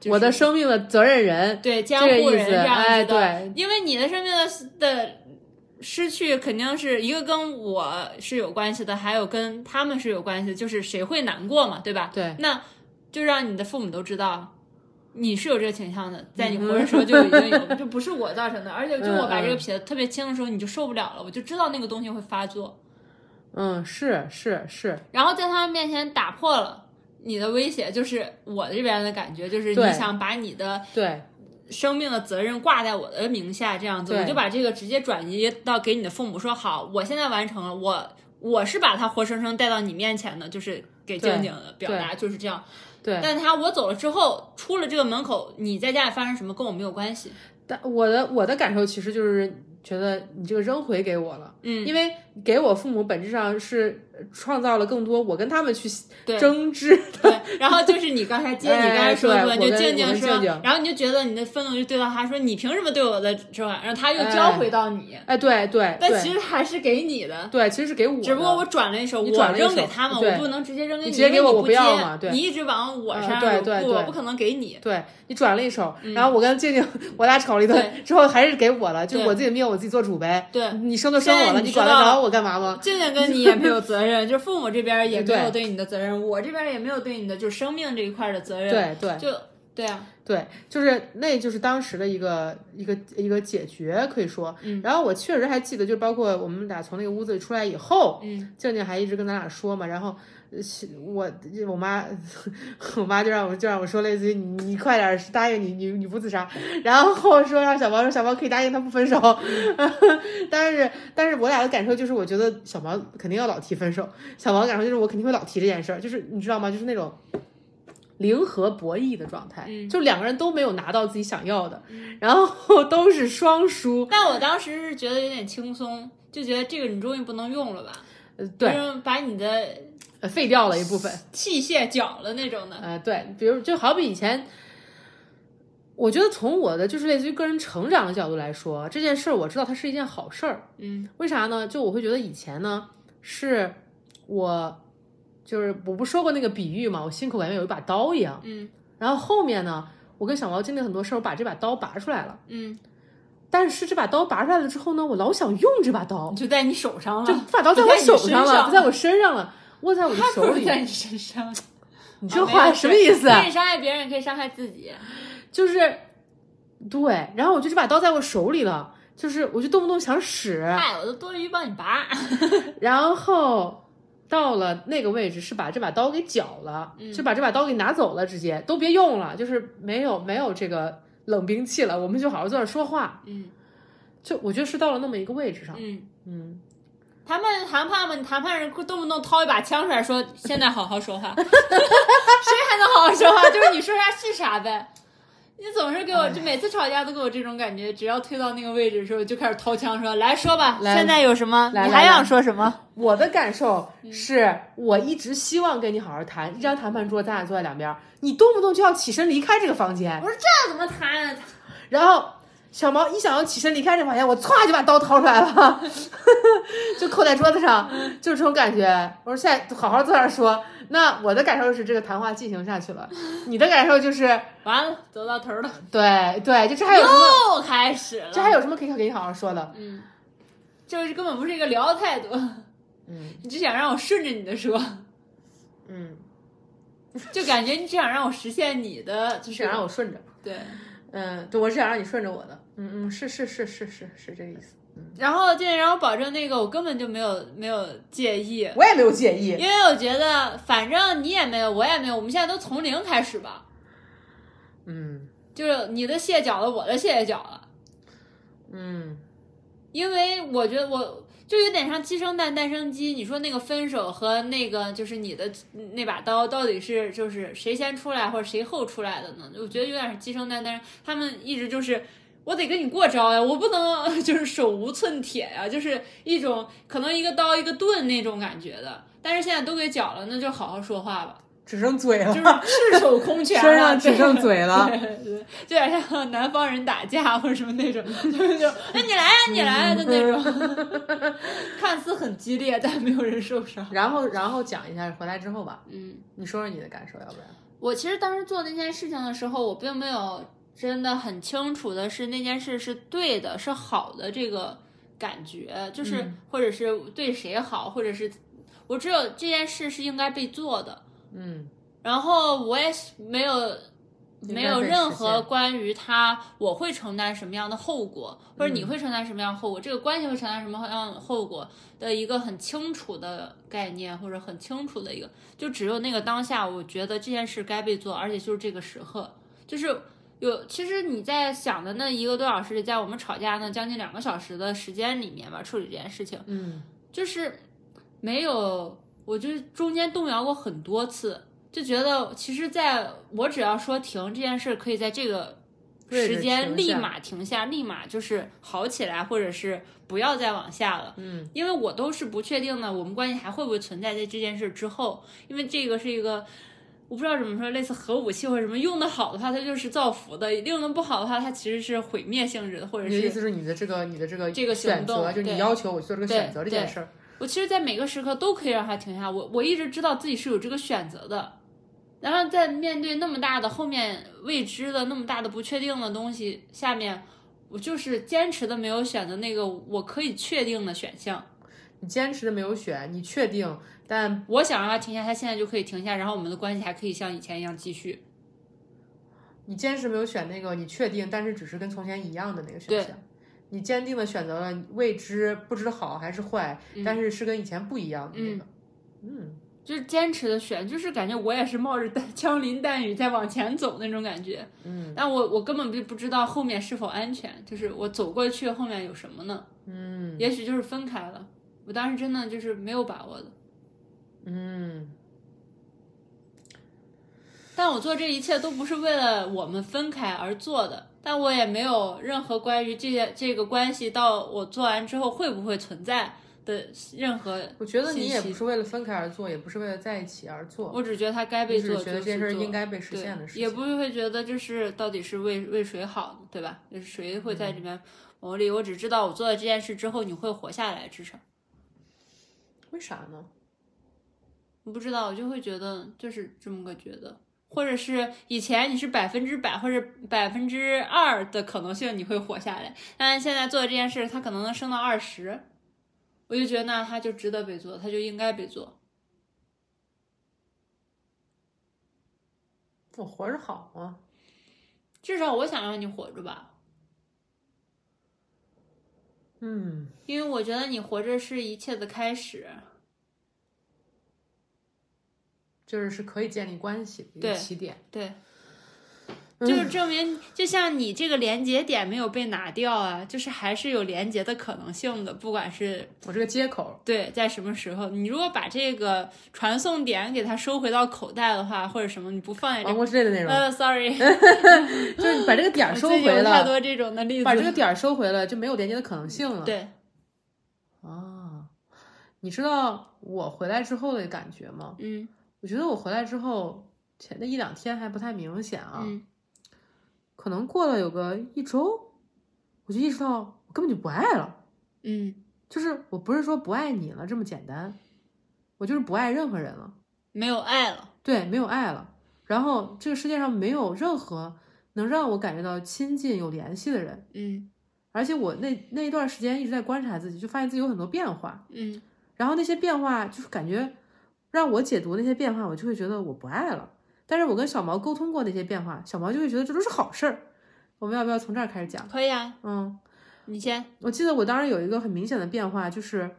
就是
我的生命的责任人，
对监
这
护
个意
人
思
这样子
哎
的，
对
因为你的生命的的失去，肯定是一个跟我是有关系的，还有跟他们是有关系的，就是谁会难过嘛，对吧？
对
那就让你的父母都知道你是有这个倾向的，在
嗯
你活着的时候就已经 有，就不是我造成的。而且就我把这个撇的特别轻的时候，你就受不了了，我就知道那个东西会发作，
嗯，是是是，
然后在他们面前打破了。你的威胁就是我这边的感觉，就是
对
你想把你的
对
生命的责任挂在我的名下，这样子，
对
我就把这个直接转移到给你的父母说，好，我现在完成了，我我是把他活生生带到你面前的，就是给静静的表达就是这样。
对。
但他我走了之后，出了这个门口，你在家里发生什么跟我没有关 系。
但我的我的感受其实就是觉得你这个扔回给我了，
嗯，
因为给我父母本质上是创造了更多我跟他们去
对
争执，
对，然后就是你刚才接你刚才说的，
哎
你
对
就静
我
静
跟
说，
我跟静静
然后你就觉得你的愤怒就对到他说，你凭什么对我的这玩意儿，然后他又交回到你，
哎，对对
但其实
对
还是给你的。
对，其实是给我的，
只不过我转了一手，
你
我
转了一手
扔给他们，
对
我不能直接扔给
你
你，
直接给我
因为
我
不
不要
接
嘛对
你一直往我身上
啊对
有
对
布我
对
不可能给你。
对你转了一手，然后我 跟静静我俩吵了一顿
嗯对
之后，还是给我了，就是
对
我自己的命我自己做主呗。
对
你生就生我
现
了，
在
你
你
管得
知道
着我干嘛吗？
静静跟你也没有责任， 就是父母这边也没有
对
对你的责任，我这边也没有对你的就是生命这一块的责任。，
对对
就对啊，
对，就是那就是当时的一个一个一个解决，可以说。
嗯
然后我确实还记得，就包括我们俩从那个屋子里出来以后，
嗯，
静静还一直跟咱俩说嘛，然后呃是我我妈 我妈就让我就让我说类似于你你快点儿答应你你你不自杀，然后说让小毛说小毛可以答应他不分手， 但是但是我俩的感受就是我觉得小毛肯定要老提分手，小毛的感受就是我肯定会老提这件事儿，就是你知道吗？就是那种。零和博弈的状态，
嗯
就两个人都没有拿到自己想要的，然后都是双输。
但我当时是觉得有点轻松，就觉得这个你终于不能用了吧？
呃对，
就是把你的
呃废掉了一部分。
器械绞了那种的。
呃，对，比如就好比以前，我觉得从我的就是类似于个人成长的角度来说，这件事儿我知道它是一件好事儿。
嗯
为啥呢？就我会觉得以前呢，是我就是我不说过那个比喻嘛，我心口感觉有一把刀一样。
嗯
然后后面呢，我跟小毛经历很多事儿，我把这把刀拔出来了。
嗯，
但是这把刀拔出来了之后呢，我老想用这把刀，
嗯就在你手上
就
了，
把刀在
哦不
我
在你
手
身
上了，
上
不在我身上了，握在我的
它
手
不是
里。
在你哦身上。
你
你
这话什么意思？啊
可以伤害别人，也可以伤害自己。
就是对，然后我就这把刀在我手里了，就是我就动不动想使，
嗨，我都多余帮你拔。
然后到了那个位置是把这把刀给绞了，
嗯
就把这把刀给拿走了，直接都别用了，就是没有没有这个冷兵器了，我们就好好坐那儿说话，
嗯
就我觉得是到了那么一个位置上，
嗯。
嗯，
谈判就谈判嘛，你谈判人动不动掏一把枪出来说：“ 现在好好说话。” 谁还能好好说话？就是你说啥是啥呗。你总是给我，就每次吵架都给我这种感觉。只要推到那个位置的时候，就开始掏枪说：“来说吧，
来
现在嗯有什么？
来
你
来
还
来
想说什么
我的感受是我一直希望跟你好好谈，一张谈判桌，咱俩坐在两边儿，你动不动就要起身离开这个房间？”
我，说：“这怎么谈啊？
然后小毛一想要起身离开这房间，我歘就把刀掏出来了， 就扣在桌子上，
嗯
就是这种感觉。我说现在好好坐那儿说。那我的感受是这个谈话进行下去 了，你的感受就是
完了，走到头 了，
对对，就这还有什么？
又开始了。
这还有什么可以给你好好说的？
嗯，就是根本不是一个聊的态度，
嗯
你只想让我顺着你的说，
嗯，
就感觉你只想让我实现你的，就是
是想让我顺着，
对。
嗯，对我是想让你顺着我的，嗯嗯，是是是是是是这个意思，
然后这让我保证那个我根本就没有没有介意，
我也没有介意，
因为我觉得反正你也没有，我也没有，我们现在都从零开始吧，
嗯
就是你的卸脚了，我的卸脚了，
嗯
因为我觉得我。就有点像鸡生蛋，蛋生鸡。你说那个分手和那个就是你的那把刀，到底是就是谁先出来或者谁后出来的呢？我觉得有点是鸡生蛋，但是他们一直就是我得跟你过招呀，我不能 就是手无寸铁呀，就是一种可能一个刀一个盾那种感觉的。但是现在都给绞了，那就好好说话吧，
只剩嘴了，
就是啊赤手空 拳
身
了，
上只
对
剩嘴了，
就有点像南方人打架或者什么那种，就是就哎你来呀、你来呀、的那种， 看似很激烈，但没有人受伤。
然后然后讲一下回来之后吧，
嗯，
你说说你的感受，要不然，
我其实当时做那件事情的时候，我并没有真的很清楚的是那件事是对的，是好的这个感觉，就是、
嗯
或者是对谁好，或者是我只有这件事是应该被做的，
嗯
然后我也是没有
应该
没有
被
任
实
何
现
关于他我会承担什么样的后果，或者你会承担什么样的后果，这个关系会承担什么样的后果的一个很清楚的概念，或者很清楚的一个，就只有那个当下，我觉得这件事该被做，而且就是这个时刻，就是。有，其实你在想的那一个多小时里，在我们吵架那将近两个小时的时间里面吧，处理这件事情，
嗯，
就是没有，我就中间动摇过很多次，就觉得其实在我只要说停这件事，可以在这个
对
时间
停
立
下
马停下，立马就是好起来，或者是不要再往下了。
嗯，
因为我都是不确定的，我们关系还会不会存在在这件事之后，因为这个是一个。我不知道怎么说，类似核武器或者什么，用的好的话，它就是造福的；用的不好的话，它其实是毁灭性质的，或者
你的
是
意思是你的这个你的这个
这个行
选择，
动
就
对
你要求我去做这个选择
对
这件事儿，
我其实，在每个时刻都可以让他停下。我我一直知道自己是有这个选择的，然后在面对那么大的后面未知的、那么大的不确定的东西下面，我就是坚持的没有选择那个我可以确定的选项。
你坚持的没有选，你确定，但
我想让他停下，他现在就可以停下，然后我们的关系还可以像以前一样继续。
你坚持没有选那个你确定，但是只是跟从前一样的那个选项。你坚定的选择了未知，不知好还是坏，
嗯
但是是跟以前不一样的那个。嗯，
就是坚持的选，就是感觉我也是冒着弹枪林弹雨在往前走那种感觉。嗯，但我我根本就不知道后面是否安全，就是我走过去后面有什么呢？嗯，也许就是分开了。我当时真的就是没有把握的，
嗯，
但我做这一切都不是为了我们分开而做的，但我也没有任何关于这些这个关系到我做完之后会不会存在的任何信息。
我觉得你也不是为了分开而做，也不是为了在一起而做，
我只觉得它该
你
被
只
做，
是觉得
就
这件事儿
做
应该被实
对
现的事
也
情。
不会觉得就是到底是为为谁好呢，对吧？就是谁会
嗯
在里面牟利？我只知道我做了这件事之后你会活下来，至少
为啥呢？
我不知道，我就会觉得就是这么个觉得，或者是以前你是百分之百或者百分之二的可能性你会活下来，但是现在做的这件事，它可能能升到二十，我就觉得那它就值得被做，它就应该被做。
我活着好吗？
至少我想让你活着吧，
嗯，
因为我觉得你活着是一切的开始。
就是是可以建立关系的一
对
个起点。
对，
嗯
就是证明，就像你这个连接点没有被拿掉啊，就是还是有连接的可能性的，不管是
我这个接口，
对在什么时候，你如果把这个传送点给它收回到口袋的话，或者什么，你不放在这
王
个。
国之类的内容，
呃，sorry，
就是你把这个点儿
我
哎收
最近有
回
太
了，
多这种的例
把这
子。
个点儿收回了，就没有连接的可能性了。
对，
啊，你知道我回来之后的感觉吗？
嗯
我觉得我回来之后前那一两天还不太明显啊，
嗯，
可能过了有个一周，我就意识到我根本就不爱了。
嗯，
就是我不是说不爱你了这么简单，我就是不爱任何人了，
没有爱了。
对，没有爱了。然后这个世界上没有任何能让我感觉到亲近、有联系的人。
嗯
而且我那那一段时间一直在观察自己，就发现自己有很多变化。
嗯
然后那些变化就是感觉让我解读那些变化，我就会觉得我不爱了。但是我跟小毛沟通过那些变化，小毛就会觉得这都是好事儿。我们要不要从这儿开始讲？
可以啊，
嗯，
你先。
我记得我当时有一个很明显的变化，就是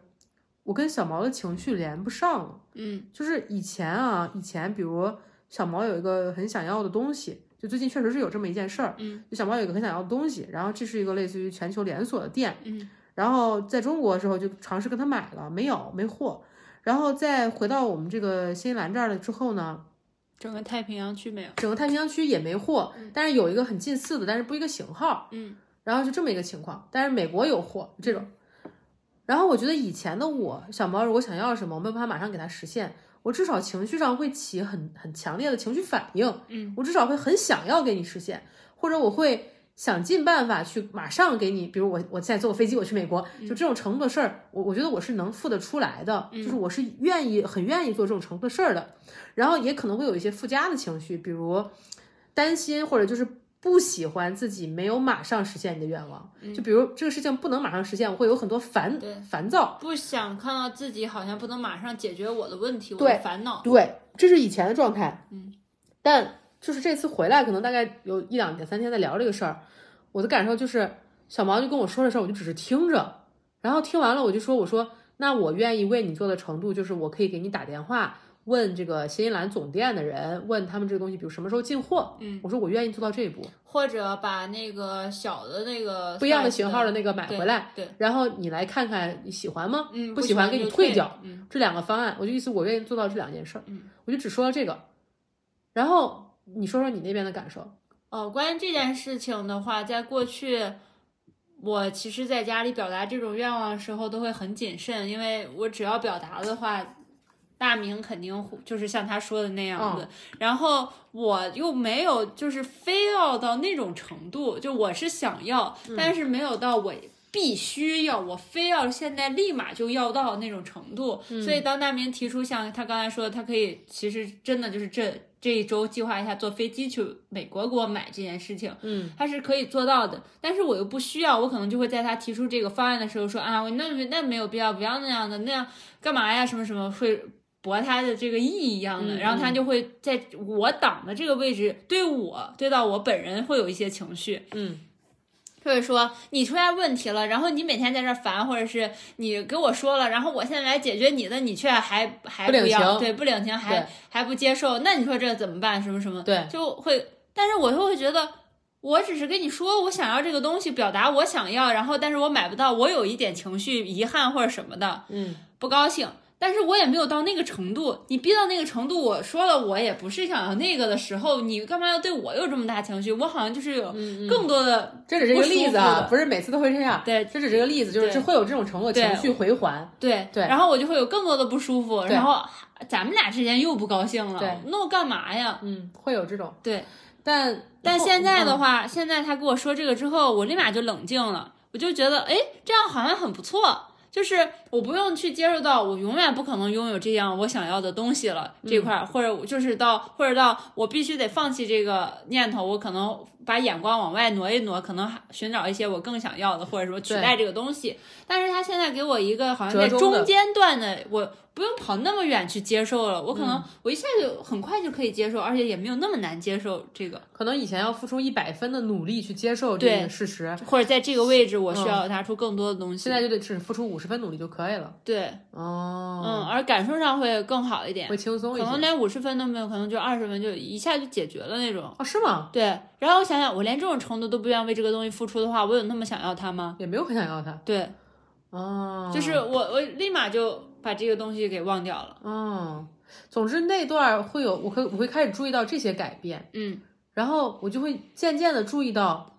我跟小毛的情绪连不上了。
嗯
就是以前啊，以前比如小毛有一个很想要的东西，就最近确实是有这么一件事儿，
嗯，
就小毛有一个很想要的东西，然后这是一个类似于全球连锁的店，
嗯，
然后在中国的时候就尝试跟他买了，没有没货，然后再回到我们这个新西兰这儿了之后呢，
整个太平洋区没有。
整个太平洋区也没货，但是有一个很近似的，但是不一个型号，
嗯
然后就这么一个情况，但是美国有货这种。然后我觉得以前的我，小毛如果想要什么，我没有办法马上给他实现，我至少情绪上会起很很强烈的情绪反应，
嗯
我至少会很想要给你实现，或者我会想尽办法去马上给你，比如我我现在坐个飞机我去美国，就这种程度的事儿，我我觉得我是能付得出来的，就是我是愿意很愿意做这种程度的事儿的，然后也可能会有一些附加的情绪，比如担心或者就是不喜欢自己没有马上实现你的愿望，就比如这个事情不能马上实现，我会有很多烦
对
烦躁。
不想看到自己好像不能马上解决我的问题，我
对
的烦恼。
对，这是以前的状态。嗯，但就是这次回来，可能大概有一两天、三天在聊这个事儿，我的感受就是，小毛就跟我说的时候，我就只是听着，然后听完了我就说，我说那我愿意为你做的程度，就是我可以给你打电话。问这个新西兰总店的人，问他们这个东西，比如什么时候进货？
嗯，
我说我愿意做到这一步，
或者把那个小的那个
不一样的
size
型号的那个买回来，
对，对
然后你来看看你喜欢吗？
嗯，不
不喜欢给你
就
退
退
掉。
嗯，
这两个方案，我就意思我愿意做到这两件事儿，
嗯，
我就只说了这个，然后你说说你那边的感受，
哦，关于这件事情的话，在过去，我其实在家里表达这种愿望的时候都会很谨慎，因为我只要表达的话，大明肯定会就是像他说的那样子。然后我又没有就是非要到那种程度，就我是想要，但是没有到我。必须要，我非要现在立马就要到那种程度。所以当大明提出像他刚才说的，他可以其实真的就是这这一周计划一下坐飞机去美国给我买这件事情，
嗯，
他是可以做到的。但是我又不需要，我可能就会在他提出这个方案的时候说啊，我那那没有必要，不要那样的，那样干嘛呀？什么什么会。驳他的这个意义一样的，
嗯
然后他就会在我党的这个位置对我对到我本人会有一些情绪，
嗯，
或者说你出现问题了，然后你每天在这儿烦，或者是你给我说了，然后我现在来解决你的，你却还还
不领
要，
情
对，不领情，
对
还还不接受，那你说这怎么办？什么什么，
对
就会，但是我就会觉得。我只是跟你说，我想要这个东西，表达我想要，然后但是我买不到，我有一点情绪遗憾或者什么的，
嗯，
不高兴，但是我也没有到那个程度。你逼到那个程度，我说了我也不是想要那个的时候，你干嘛要对我有这么大情绪？我好像就是有更多的
嗯这只是一个例子
嗯
啊，
不舒服的
不是每次都会这样，
对
这只是一个例子，就是
对
这会有这种承诺，
对
情绪回环，
对
对
然后我就会有更多的不舒服，
对
然后啊咱们俩之间又不高兴了，
对
那我干嘛呀？
嗯，会有这种，
对，
但嗯
但现在的
话，
话，现在他跟我说这个之后，我立马就冷静了，我就觉得，哎，这样好像很不错。就是我不用去接受到我永远不可能拥有这样我想要的东西了
嗯
这块儿，或者我就是到或者到我必须得放弃这个念头，我可能把眼光往外挪一挪，可能还寻找一些我更想要的，或者说取代这个东西。但是他现在给我一个好像在
折中的
中间段的，我不用跑那么远去接受了，我
嗯
可能我一下就很快就可以接受，而且也没有那么难接受这个。
可能以前要付出一百分的努力去接受这
对
个事实，
或者在这个位置我需要拿出更多的东西。
现在就得只付出五十分努力就可以了，
对，嗯，
哦，
而感受上会更好一点
会，轻松
可
一
能
些，
连五十分都没有，可能就二十分就一下就解决了那种。
哦，是吗？
对，然后我想想，我连这种程度都不愿意为这个东西付出的话，我有那么想要它吗？
也没有很想要它，
对，
哦，
就是我我立马就把这个东西给忘掉了。
嗯，总之那段儿会有，我会我会开始注意到这些改变，
嗯，
然后我就会渐渐的注意到，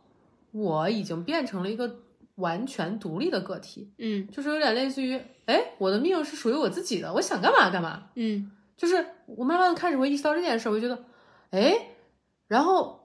我已经变成了一个完全独立的个体，
嗯
就是有点类似于，哎，我的命是属于我自己的，我想干嘛干嘛。
嗯
就是我慢慢的开始会意识到这件事，我就觉得，哎，然后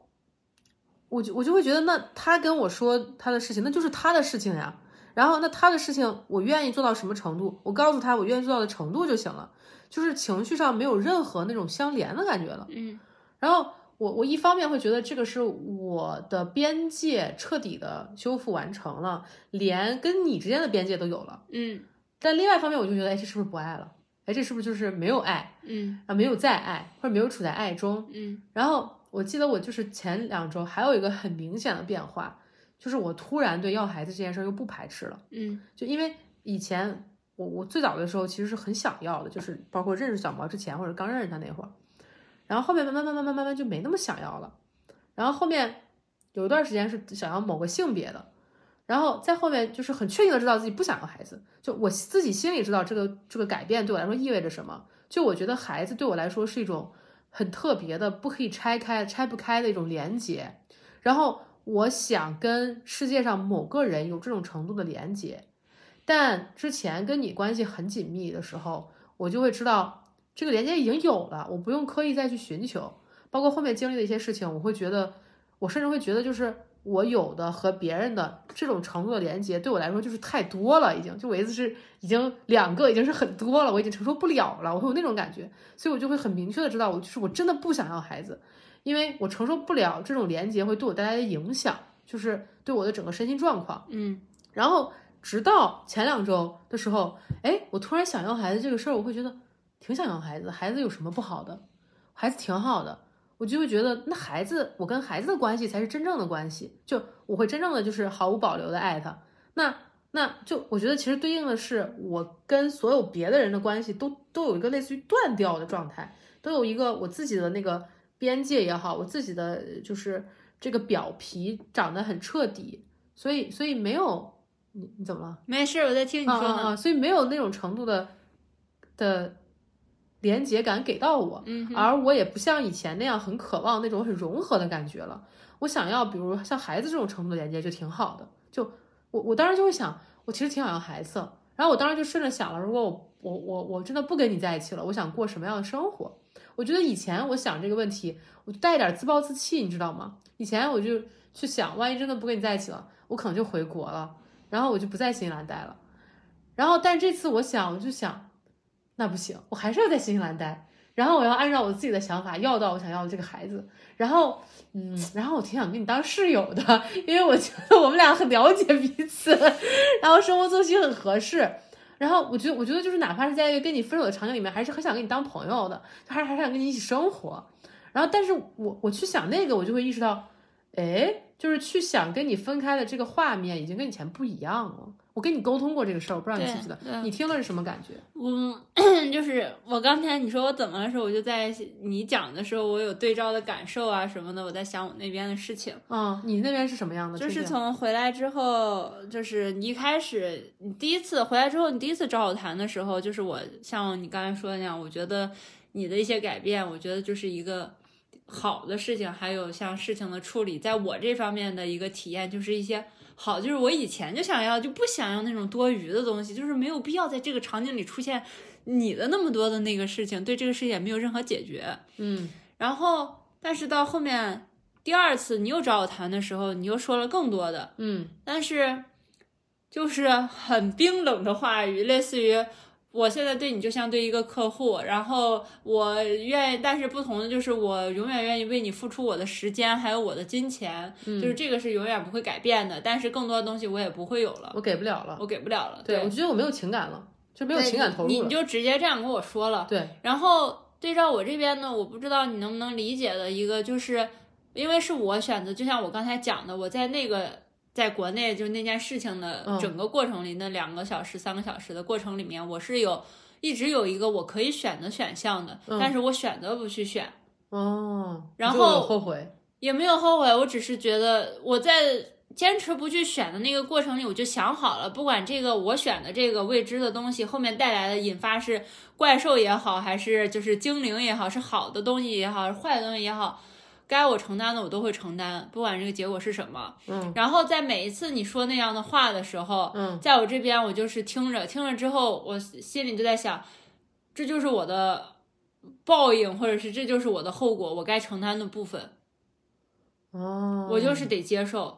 我就我就会觉得，那他跟我说他的事情，那就是他的事情呀。然后那他的事情，我愿意做到什么程度，我告诉他我愿意做到的程度就行了，就是情绪上没有任何那种相连的感觉了。
嗯
然后我我一方面会觉得这个是我的边界彻底的修复完成了，连跟你之间的边界都有了。
嗯
但另外一方面，我就觉得，哎，这是不是不爱了？哎，这是不是就是没有爱？
嗯
啊，没有在爱，或者没有处在爱中。
嗯
然后我记得我就是前两周还有一个很明显的变化，就是我突然对要孩子这件事儿又不排斥了，
嗯
就因为以前我我最早的时候其实是很想要的，就是包括认识小毛之前或者刚认识他那会儿，然后后面慢慢慢慢慢慢慢就没那么想要了，然后后面有一段时间是想要某个性别的。然后再后面就是很确定的知道自己不想要孩子，就我自己心里知道这个这个改变对我来说意味着什么。就我觉得孩子对我来说是一种很特别的、不可以拆开、拆不开的一种连接。然后我想跟世界上某个人有这种程度的连接，但之前跟你关系很紧密的时候，我就会知道这个连接已经有了，我不用刻意再去寻求。包括后面经历的一些事情，我会觉得，我甚至会觉得，就是我有的和别人的这种程度的连接，对我来说就是太多了，已经就我意思是，已经两个已经是很多了，我已经承受不了了，我会有那种感觉，所以我就会很明确的知道，我就是我真的不想要孩子，因为我承受不了这种连接会对我带来的影响，就是对我的整个身心状况。
嗯
然后直到前两周的时候，哎，我突然想要孩子这个事儿，我会觉得挺想要孩子，孩子有什么不好的？孩子挺好的，我就会觉得那孩子，我跟孩子的关系才是真正的关系，就我会真正的就是毫无保留的爱他。那那就我觉得其实对应的是我跟所有别的人的关系都都有一个类似于断掉的状态，都有一个我自己的那个边界也好，我自己的呃就是这个表皮长得很彻底，所以所以没有你你怎么了？
没事，我在听你说
啊啊
呢。
啊！所以没有那种程度的的连接感给到我，
嗯哼
而我也不像以前那样很渴望那种很融合的感觉了。我想要，比如像孩子这种程度的连接就挺好的。就我我当时就会想，我其实挺想要孩子，然后我当时就顺着想了，如果我我我我真的不跟你在一起了，我想过什么样的生活？我觉得以前我想这个问题，我就带一点自暴自弃，你知道吗？以前我就去想，万一真的不跟你在一起了，我可能就回国了，然后我就不在新西兰待了。然后，但这次我想，我就想，那不行，我还是要在新西兰待。然后我要按照我自己的想法要到我想要的这个孩子。然后，嗯，然后我挺想跟你当室友的，因为我觉得我们俩很了解彼此，然后生活作息很合适。然后我觉得，我觉得就是哪怕是在一个跟你分手的场景里面，还是很想跟你当朋友的，还是还是想跟你一起生活。然后，但是我我去想那个，我就会意识到，哎，就是去想跟你分开的这个画面已经跟以前不一样了。我跟你沟通过这个事儿，我不知道你记不记得
对对，
你听了是什么感觉？
嗯， 就是我刚才你说我怎么的时候，我就在你讲的时候，我有对照的感受啊什么的，我在想我那边的事情。
嗯，你那边是什么样的？
就
推
是
荐
从回来之后，就是你一开始，你第一次回来之后，你第一次找我谈的时候，就是我像你刚才说的那样，我觉得你的一些改变，我觉得就是一个好的事情，还有像事情的处理，在我这方面的一个体验，就是一些好，就是我以前就想要，就不想要那种多余的东西，就是没有必要在这个场景里出现你的那么多的那个事情，对这个事情也没有任何解决。
嗯
然后，但是到后面第二次你又找我谈的时候，你又说了更多的，
嗯
但是就是很冰冷的话语，类似于我现在对你就像对一个客户，然后我愿意，但是不同的就是我永远愿意为你付出我的时间，还有我的金钱，就是这个是永远不会改变的，但是更多的东西我也不会有了，
我给不了了。
我给不了了，
对，我觉得我没有情感了，就没有
对
情感投入
你
了。
你就直接这样跟我说了，
对，
然后对照我这边呢，我不知道你能不能理解的一个，就是因为是我选择，就像我刚才讲的，我在那个在国内就那件事情的
嗯
整个过程里，那两个小时、三个小时的过程里面，我是有一直有一个我可以选的选项的，
嗯
但是我选择不去选。
哦，
然
你就有
后
后悔，
也没有后悔，我只是觉得我在坚持不去选的那个过程里，我就想好了，不管这个我选的这个未知的东西后面带来的引发是怪兽也好，还是就是精灵也好，是好的东西也好，是坏的东西也好。该我承担的我都会承担，不管这个结果是什么。
嗯，
然后在每一次你说那样的话的时候，
嗯，
在我这边我就是听着听着之后，我心里就在想，这就是我的报应，或者是这就是我的后果，我该承担的部分。
哦，
我就是得接受。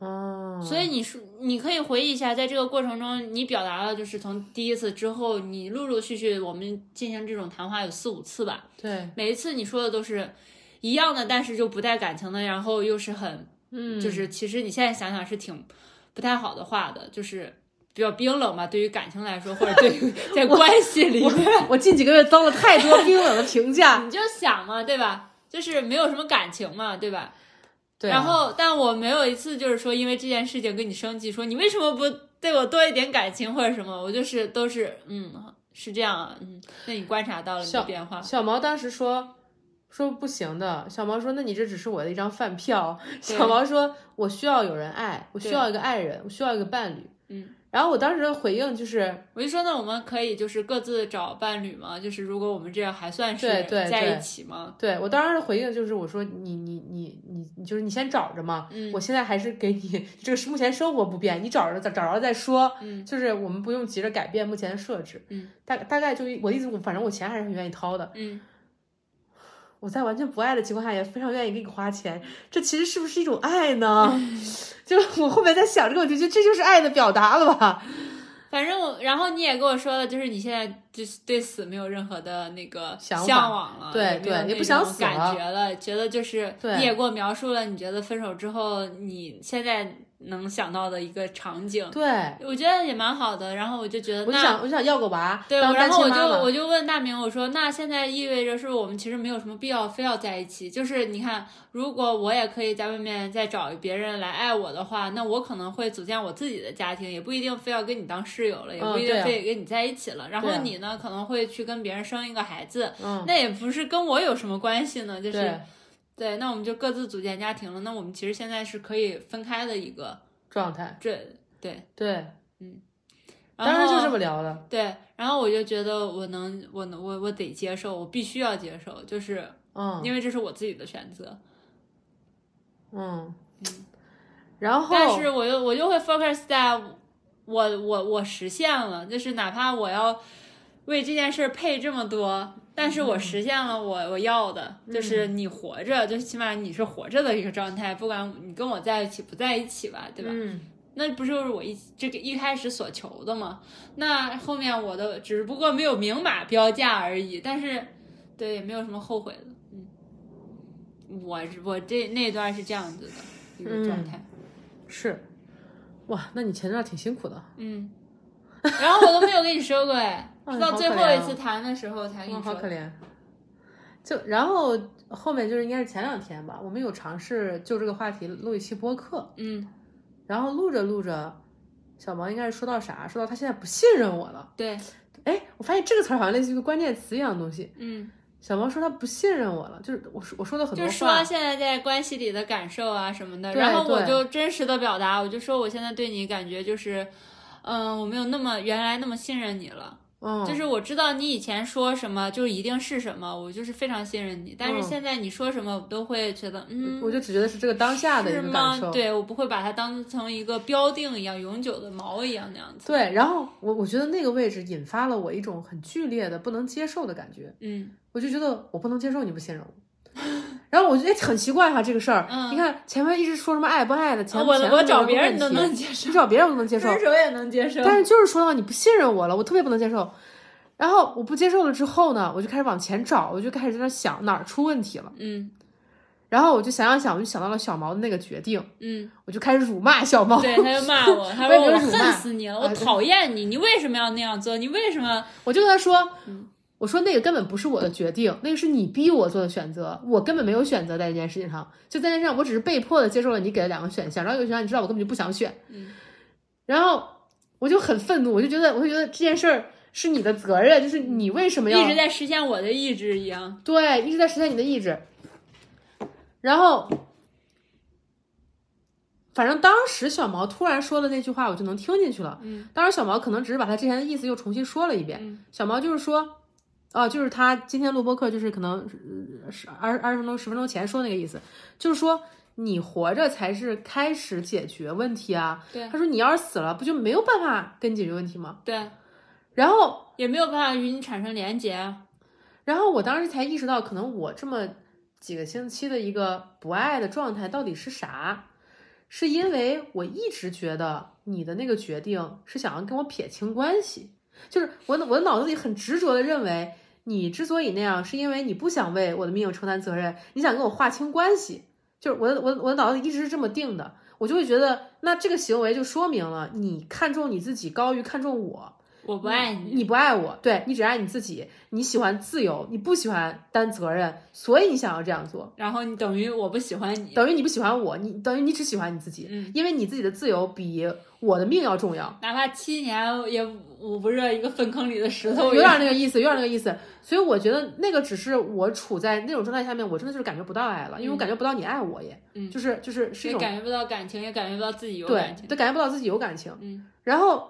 哦，
所以你说，你可以回忆一下，在这个过程中，你表达了就是从第一次之后，你陆陆续续我们进行这种谈话有四五次吧，
对，
每一次你说的都是一样的，但是就不带感情的，然后又是很
嗯，
就是其实你现在想想是挺不太好的话的，就是。比较冰冷吧，对于感情来说，或者对于 在关系里，
我近几个月遭了太多冰冷的评价，
你就想嘛，对吧？就是没有什么感情嘛， 对吧？
对啊，
然后，但我没有一次就是说因为这件事情跟你生气，说你为什么不对我多一点感情或者什么，我就是都是嗯是这样啊，嗯，那你观察到了你的
笑
变化，
小毛当时说说不行的，小毛说那你这只是我的一张饭票。小毛说我需要有人爱，我需
对
要一个爱人，我需要一个伴侣。
嗯，
然后我当时的回应就是，
我就说那我们可以就是各自找伴侣嘛，就是如果我们这样还算是
对对
在
对
一起嘛，
对我当时的回应就是我说你你你你你就是你先找着嘛，
嗯
我现在还是给你 这个是目前生活不变，你找着找找着再说。
嗯
就是我们不用急着改变目前的设置，
嗯
大大概就一我的意思，我反正我钱还是很愿意掏的，
嗯，
我在完全不爱的情况下也非常愿意给你花钱，这其实是不是一种
嗯嗯
爱呢？就我后面在想这个问题，就这就是爱的表达了吧？
反正我，然后你也跟我说了，就是你现在就是对死没有任何的那个
想法
向往了，
对
没有
对
那
也不想
种
死
感
了
觉了，觉得就是
对
你也给我描述了，你觉得分手之后你现在能想到的一个场景，
对，
我觉得也蛮好的。然后我就觉得
我就
那
想我就想要个娃，
对，
当
然
单
后
亲
我就
妈妈
我就问大明，我说那现在意味着是我们其实没有什么必要非要在一起。就是你看，如果我也可以在外面再找别人来爱我的话，那我可能会组建我自己的家庭，也不一定非要跟你当室友了，也
嗯
不一
对
定
啊
非得跟你在一起了。然后
对啊
你呢，可能会去跟别人生一个孩子，
嗯，
那也不是跟我有什么关系呢。就是
对
对那我们就各自组建家庭了。那我们其实现在是可以分开的一个
状态，
这对，
对，
然
当时就
后
这么聊了，
对，然后我就觉得我能，我能，我我得接受，我必须要接受，就是
嗯哦
因为这是我自己的选择。
嗯，然后
但是我又我就会 focus 在我我我实现了，就是哪怕我要为这件事儿配这么多，但是
嗯
我实现了我我要的，就是你活着，就是起码你是活着的一个状态，不管你跟我在一起不在一起吧，对吧？
嗯，
那不就是我一这个一开始所求的吗？那后面我的只不过没有明码标价而已，但是对也没有什么后悔的，嗯，我是我这那段是这样子的一个状态，
是，哇，那你前段挺辛苦的，
嗯，然后我都没有跟你说过 哎，
哎
是到
好
最
可
后
怜
一
啊
次谈的时候才跟
嗯，
你
好
说
可
的，
怜。就然后后面就是应该是前两天吧，我们有尝试就这个话题录一期播客，
嗯，
然后录着录着，小毛应该是说到啥，说到他现在不信任我了。
对，
哎，我发现这个词儿好像类似于一个关键词一样的东西。
嗯，
小毛说他不信任我了，就是我说我说的很
就
多
是说
话，
现在在关系里的感受啊什么的，
对
然后我
对
就真实的表达，我就说我现在对你感觉就是，嗯、我没有那么原来那么信任你了。
嗯，
就是我知道你以前说什么就一定是什么，我就是非常信任你。但是
嗯
现在你说什么，我都会觉得，嗯，
我就只觉得是这个当下的一
是
个感
吗？
受。
对我不会把它当成一个标定一样，永久的锚一样那样子。
对，然后我我觉得那个位置引发了我一种很剧烈的不能接受的感觉。
嗯
我就觉得我不能接受你 不信任我。然后我觉得哎很奇怪哈、这个事儿。
嗯
你看前面一直说什么爱不爱的，
啊，
前
我
前
我
面
找
没有
别人
问
都
题
能接受
你，找别人我都能接受，
分手也能接受。
但是就是说到你不信任我了，我特别不能接受。然后我不接受了之后呢，我就开始往前找，我就开始在那想哪儿出问题了。
嗯
然后我就想想想，我就想到了小毛的那个决定，
嗯，
我就开始辱骂小毛，
对，他就骂我，他
我也
说我
没有辱骂
恨死你了，我
啊对
讨厌你，你为什么要那样做？你为什么？
我就跟他说，我说那个根本不是我的决定，那个是你逼我做的选择，我根本没有选择在这件事情上，就在这件事上，我只是被迫的接受了你给的两个选项，然后有一个选项你知道我根本就不想选，
嗯
然后我就很愤怒，我就觉得，我就觉得这件事儿是你的责任，就是你为什么要
一直在实现我的意志一样。
对，一直在实现你的意志。然后，反正当时小毛突然说的那句话，我就能听进去了。
嗯
当然，小毛可能只是把他之前的意思又重新说了一遍。
嗯
小毛就是说，哦，就是他今天录播课，就是可能呃十二二十分钟、十分钟前说那个意思，就是说你活着才是开始解决问题啊。
对
他说你要是死了，不就没有办法跟你解决问题吗？
对，
然后
也没有办法与你产生连结啊。
然后我当时才意识到，可能我这么几个星期的一个不爱的状态到底是啥，是因为我一直觉得你的那个决定是想要跟我撇清关系，就是我的我的脑子里很执着的认为，你之所以那样，是因为你不想为我的命运承担责任，你想跟我划清关系，就是我的我的我的脑子里一直是这么定的，我就会觉得，那这个行为就说明了你看重你自己高于看重我，
我不爱你，
你不爱我，对你只爱你自己，你喜欢自由，你不喜欢担责任，所以你想要这样做，
然后你等于我不喜欢你。
等于你不喜欢我，你等于你只喜欢你自己，
嗯
因为你自己的自由比我的命要重要，
哪怕七年也捂不热一个粪坑里的石头
有
一样。
点那个意思，有点那个意思。所以我觉得那个只是我处在那种状态下面，我真的就是感觉不到爱了，因为我感觉不到你爱我也，
嗯
就是就是是
也
一种
感觉不到感情，也感觉不到自己有
对
感情。
都感觉不到自己有感情。
嗯
然后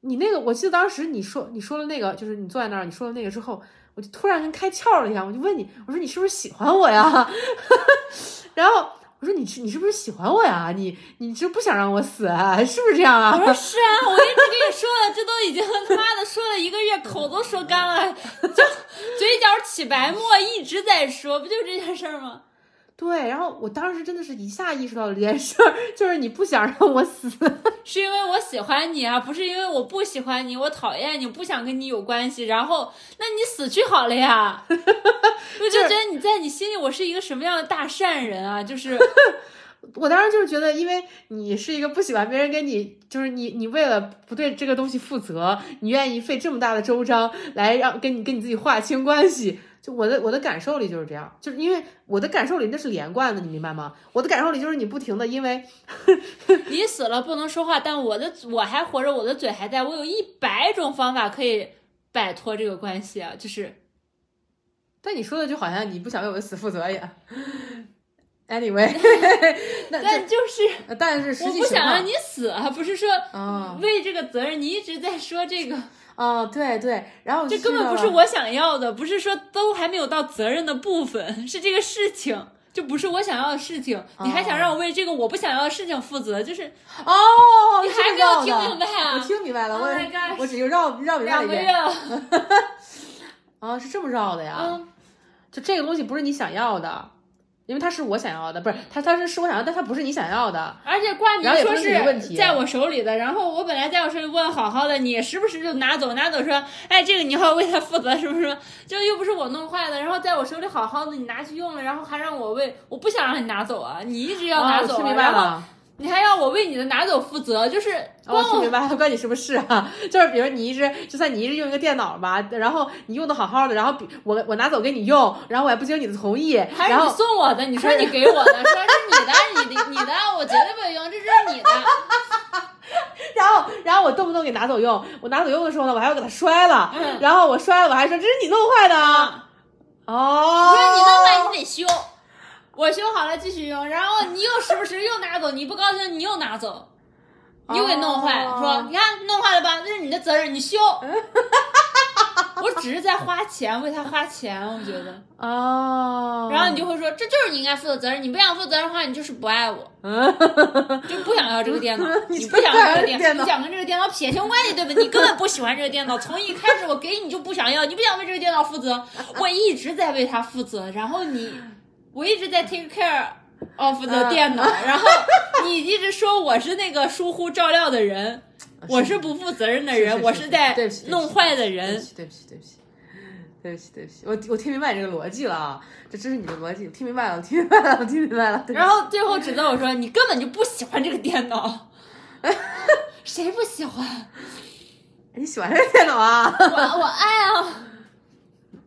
你那个，我记得当时你说你说了那个，就是你坐在那儿你说了那个之后，我就突然跟开窍了一样，我就问你，我说你是不是喜欢我呀？ 然后我说你是你是不是喜欢我呀？你你是不想让我死啊？是不是这样
我
啊？
说是啊，我一直跟你说了，这都已经他妈的说了一个月，口都说 干了，就嘴角起白沫，一直在说，不就这件事儿吗？
对，然后我当时真的是一下意识到了这件事儿， 就是你不想让我死，
是因为我喜欢你啊，不是因为我不喜欢你，我讨厌你，不想跟你有关系。然后，那你死去好了 呀。我就觉得你在你心里，我是一个什么样的大善人啊？就是
我当时就是觉得，因为你是一个不喜欢别人跟你，就是你你为了不对这个东西负责，你愿意费这么大的周章来让跟你跟你自己划清关系。就我的我的感受里就是这样，就是因为我的感受里那是连贯的，你明白吗？我的感受里就是你不停的，因为
你死了不能说话，但我的我还活着，我的嘴还在，我有一百种方法可以摆脱这个关系啊。就是
但你说的就好像你不想为我的死负责一样。Anyway，那这
但就是
呃但是实
我
际
不
情
想
况
让你死啊，不是说
啊
为这个责任，你一直在说这个。
哦，对对，然后我
这
就
根
知
本
道
不
了
是我想要的，不是说都还没有到责任的部分，是这个事情就不是我想要的事情，你还想让我为这个我不想要的事情负责，就是
哦，
你
这
还
个
没有
绕
听明
的
白啊
我听明白了，我
Oh my gosh
我只是绕绕明白了
两
一
个
遍
月。
啊，是这么绕的呀？
啊，
就这个东西不是你想要的，因为它是我想要的，不是它它是是我想要，但它不是你想要的。
而且挂名
然后也
说
不是你的问题啊
是在我手里的，然后我本来在我手里问好好的，你时不时就拿走拿走说，哎，这个你要为他负责什么什么，就又不是我弄坏的，然后在我手里好好的你拿去用了，然后还让我为，我不想让你拿走啊，你一直要拿
哦
走啊、
我听明白
然后
了。
你还要我为你的拿走负责，就是
哦，我
光
听明白了，关你什么事啊？就是比如你一直，就算你一直用一个电脑吧，然后你用的好好的，然后比我我拿走给你用，然后我还不经你的同意，
还是
然
你
后
送我的？你说你给我的， 说是你的，你的，你的，我绝对不会用，这是你的。
然后然后我动不动给拿走用，我拿走用的时候呢，我还要给它摔了，
嗯
然后我摔了，我还说这是你弄坏的啊。哦，
不是你弄坏，你得修。我修好了继续用，然后你又时不时又拿走，你不高兴你又拿走，你又给弄坏，
哦
说你看弄坏了吧，这是你的责任，你 修。我只是在花钱为他花钱，我觉得。
哦，
然后你就会说，这就是你应该负的责任，你不想负责任的话，你就是不爱我，
嗯
就不想要这个电脑，
你
你不想要这个
就不想要这个电
电脑，
脑
你想跟这个电脑撇清关系，对吧？你根本不喜欢这个电脑，从一开始我给你就不想要，你不想为这个电脑负责，我一直在为它负责，然后你，我一直在 take care of
嗯
the 电 脑，然后你一直说我是那个疏忽照料的人，我是不负责任的
啊是
人，
是
我
是
是在
对不起对不
弄
起
坏的
对不
人，
起，对不起，对不起，对不起，对不起，我我听明白你这个逻辑了啊，这这是你的逻辑，我听明白了，我听明白了，我听明白了。对不起
然后最后指责我说：“你根本就不喜欢这个电 脑，谁不喜欢？
哎你喜欢这个电脑啊？
我我爱啊，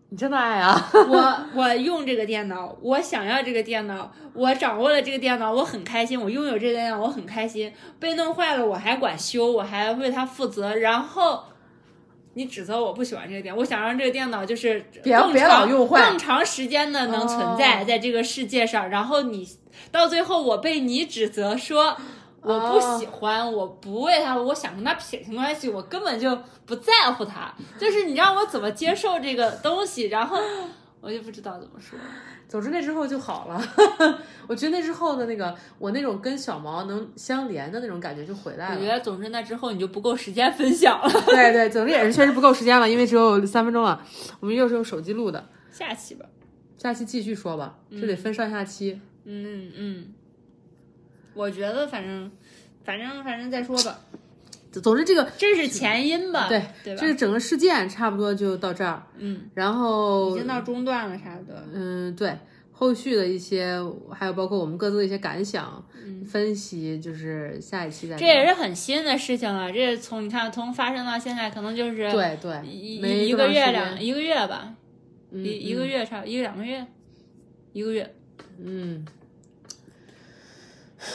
你真的爱啊？
我 我用这个电脑，我想要这个电脑，我掌握了这个电脑，我很开心，我拥有这个电脑，我很开心。被弄坏了，我还管修，我还为它负责。然后你指责我不喜欢这个电脑，我想让这个电脑就是
别
更
别
长
老用坏
更长时间的能存在
哦
在这个世界上。然后你到最后，我被你指责说。我不喜欢，我不为他，我想跟他撇清关系，我根本就不在乎他。就是你让我怎么接受这个东西，然后我就不知道怎么说。
总之那之后就好了， 我觉得那之后的那个我那种跟小毛能相连的那种感觉就回来
我觉
了。
得，总之那之后你就不够时间分享了。
对对，总之也是确实不够时间了，因为只有三分钟了，我们又是用手机录的，
下期吧。
下期继续说吧，这得分上下期。
嗯嗯，我觉得反正反正反正再说吧，
总之这个
这是前因吧？
对
对吧
这？个整个事件差不多就到这儿，
嗯，
然后
已经到中段了啥的。
嗯，对，后续的一些，还有包括我们各自的一些感想、分析，就是下一期再
嗯这
聊
也是很新的事情了，这从你看从发生到现在，可能就是
对对，
一
没
一一
多
个
长
月
时
两
间
一个月吧，
嗯
一一个月差一个两个月，一个月
嗯，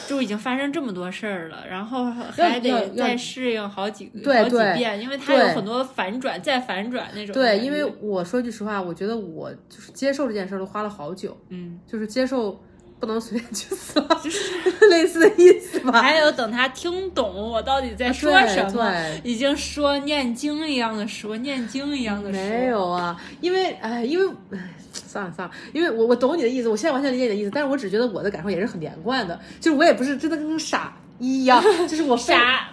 就已经发生这么多事儿了，然后
要
还
要
得
要
再适应好几个
对
好几
对
遍，因为它有
对
很多反转再反转那种感觉。
对，因为我说句实话，我觉得我就是接受这件事儿都花了好久，
嗯，
就是接受不能随便去死了，就是类似的意思吧。
还有等他听懂我到底在说
啊对
什么，
对
已经说念经一样的说，念经一样的说，
没有啊，因为哎，因为哎，算了算了，因为我我懂你的意思，我现在完全理解你的意思，但是我只觉得我的感受也是很连贯的，就是我也不是真的跟个傻 一样，就是我非
傻，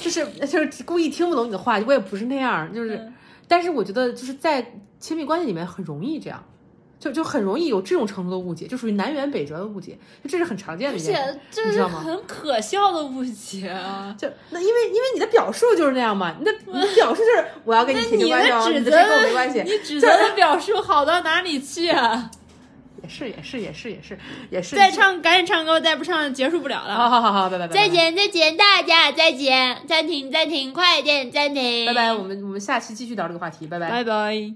就是呃就是故意听不懂你的话，我也不是那样儿，就是，
嗯
但是我觉得就是在亲密关系里面很容易这样，就就很容易有这种程度的误解，就属于南辕北辙的误解，就这是很常见的
而
一件事。
且这
你知
是
道吗
很可笑的误解 啊！
就那因为因为你的表述就是那样嘛，你的你的表述就是我要跟你撇清
你
关系哦，
的指
你
责
的这跟我没关系，
你指责的表述好到哪里去 啊？
也是也是也是也是也是。
再唱，赶紧唱歌，再不唱结束不了
好
了。
好好好，拜拜拜拜。
再，见，再见，大家再见，暂停，暂停，快点暂停，
拜拜，我们我们下期继续聊这个话题，拜拜
拜拜。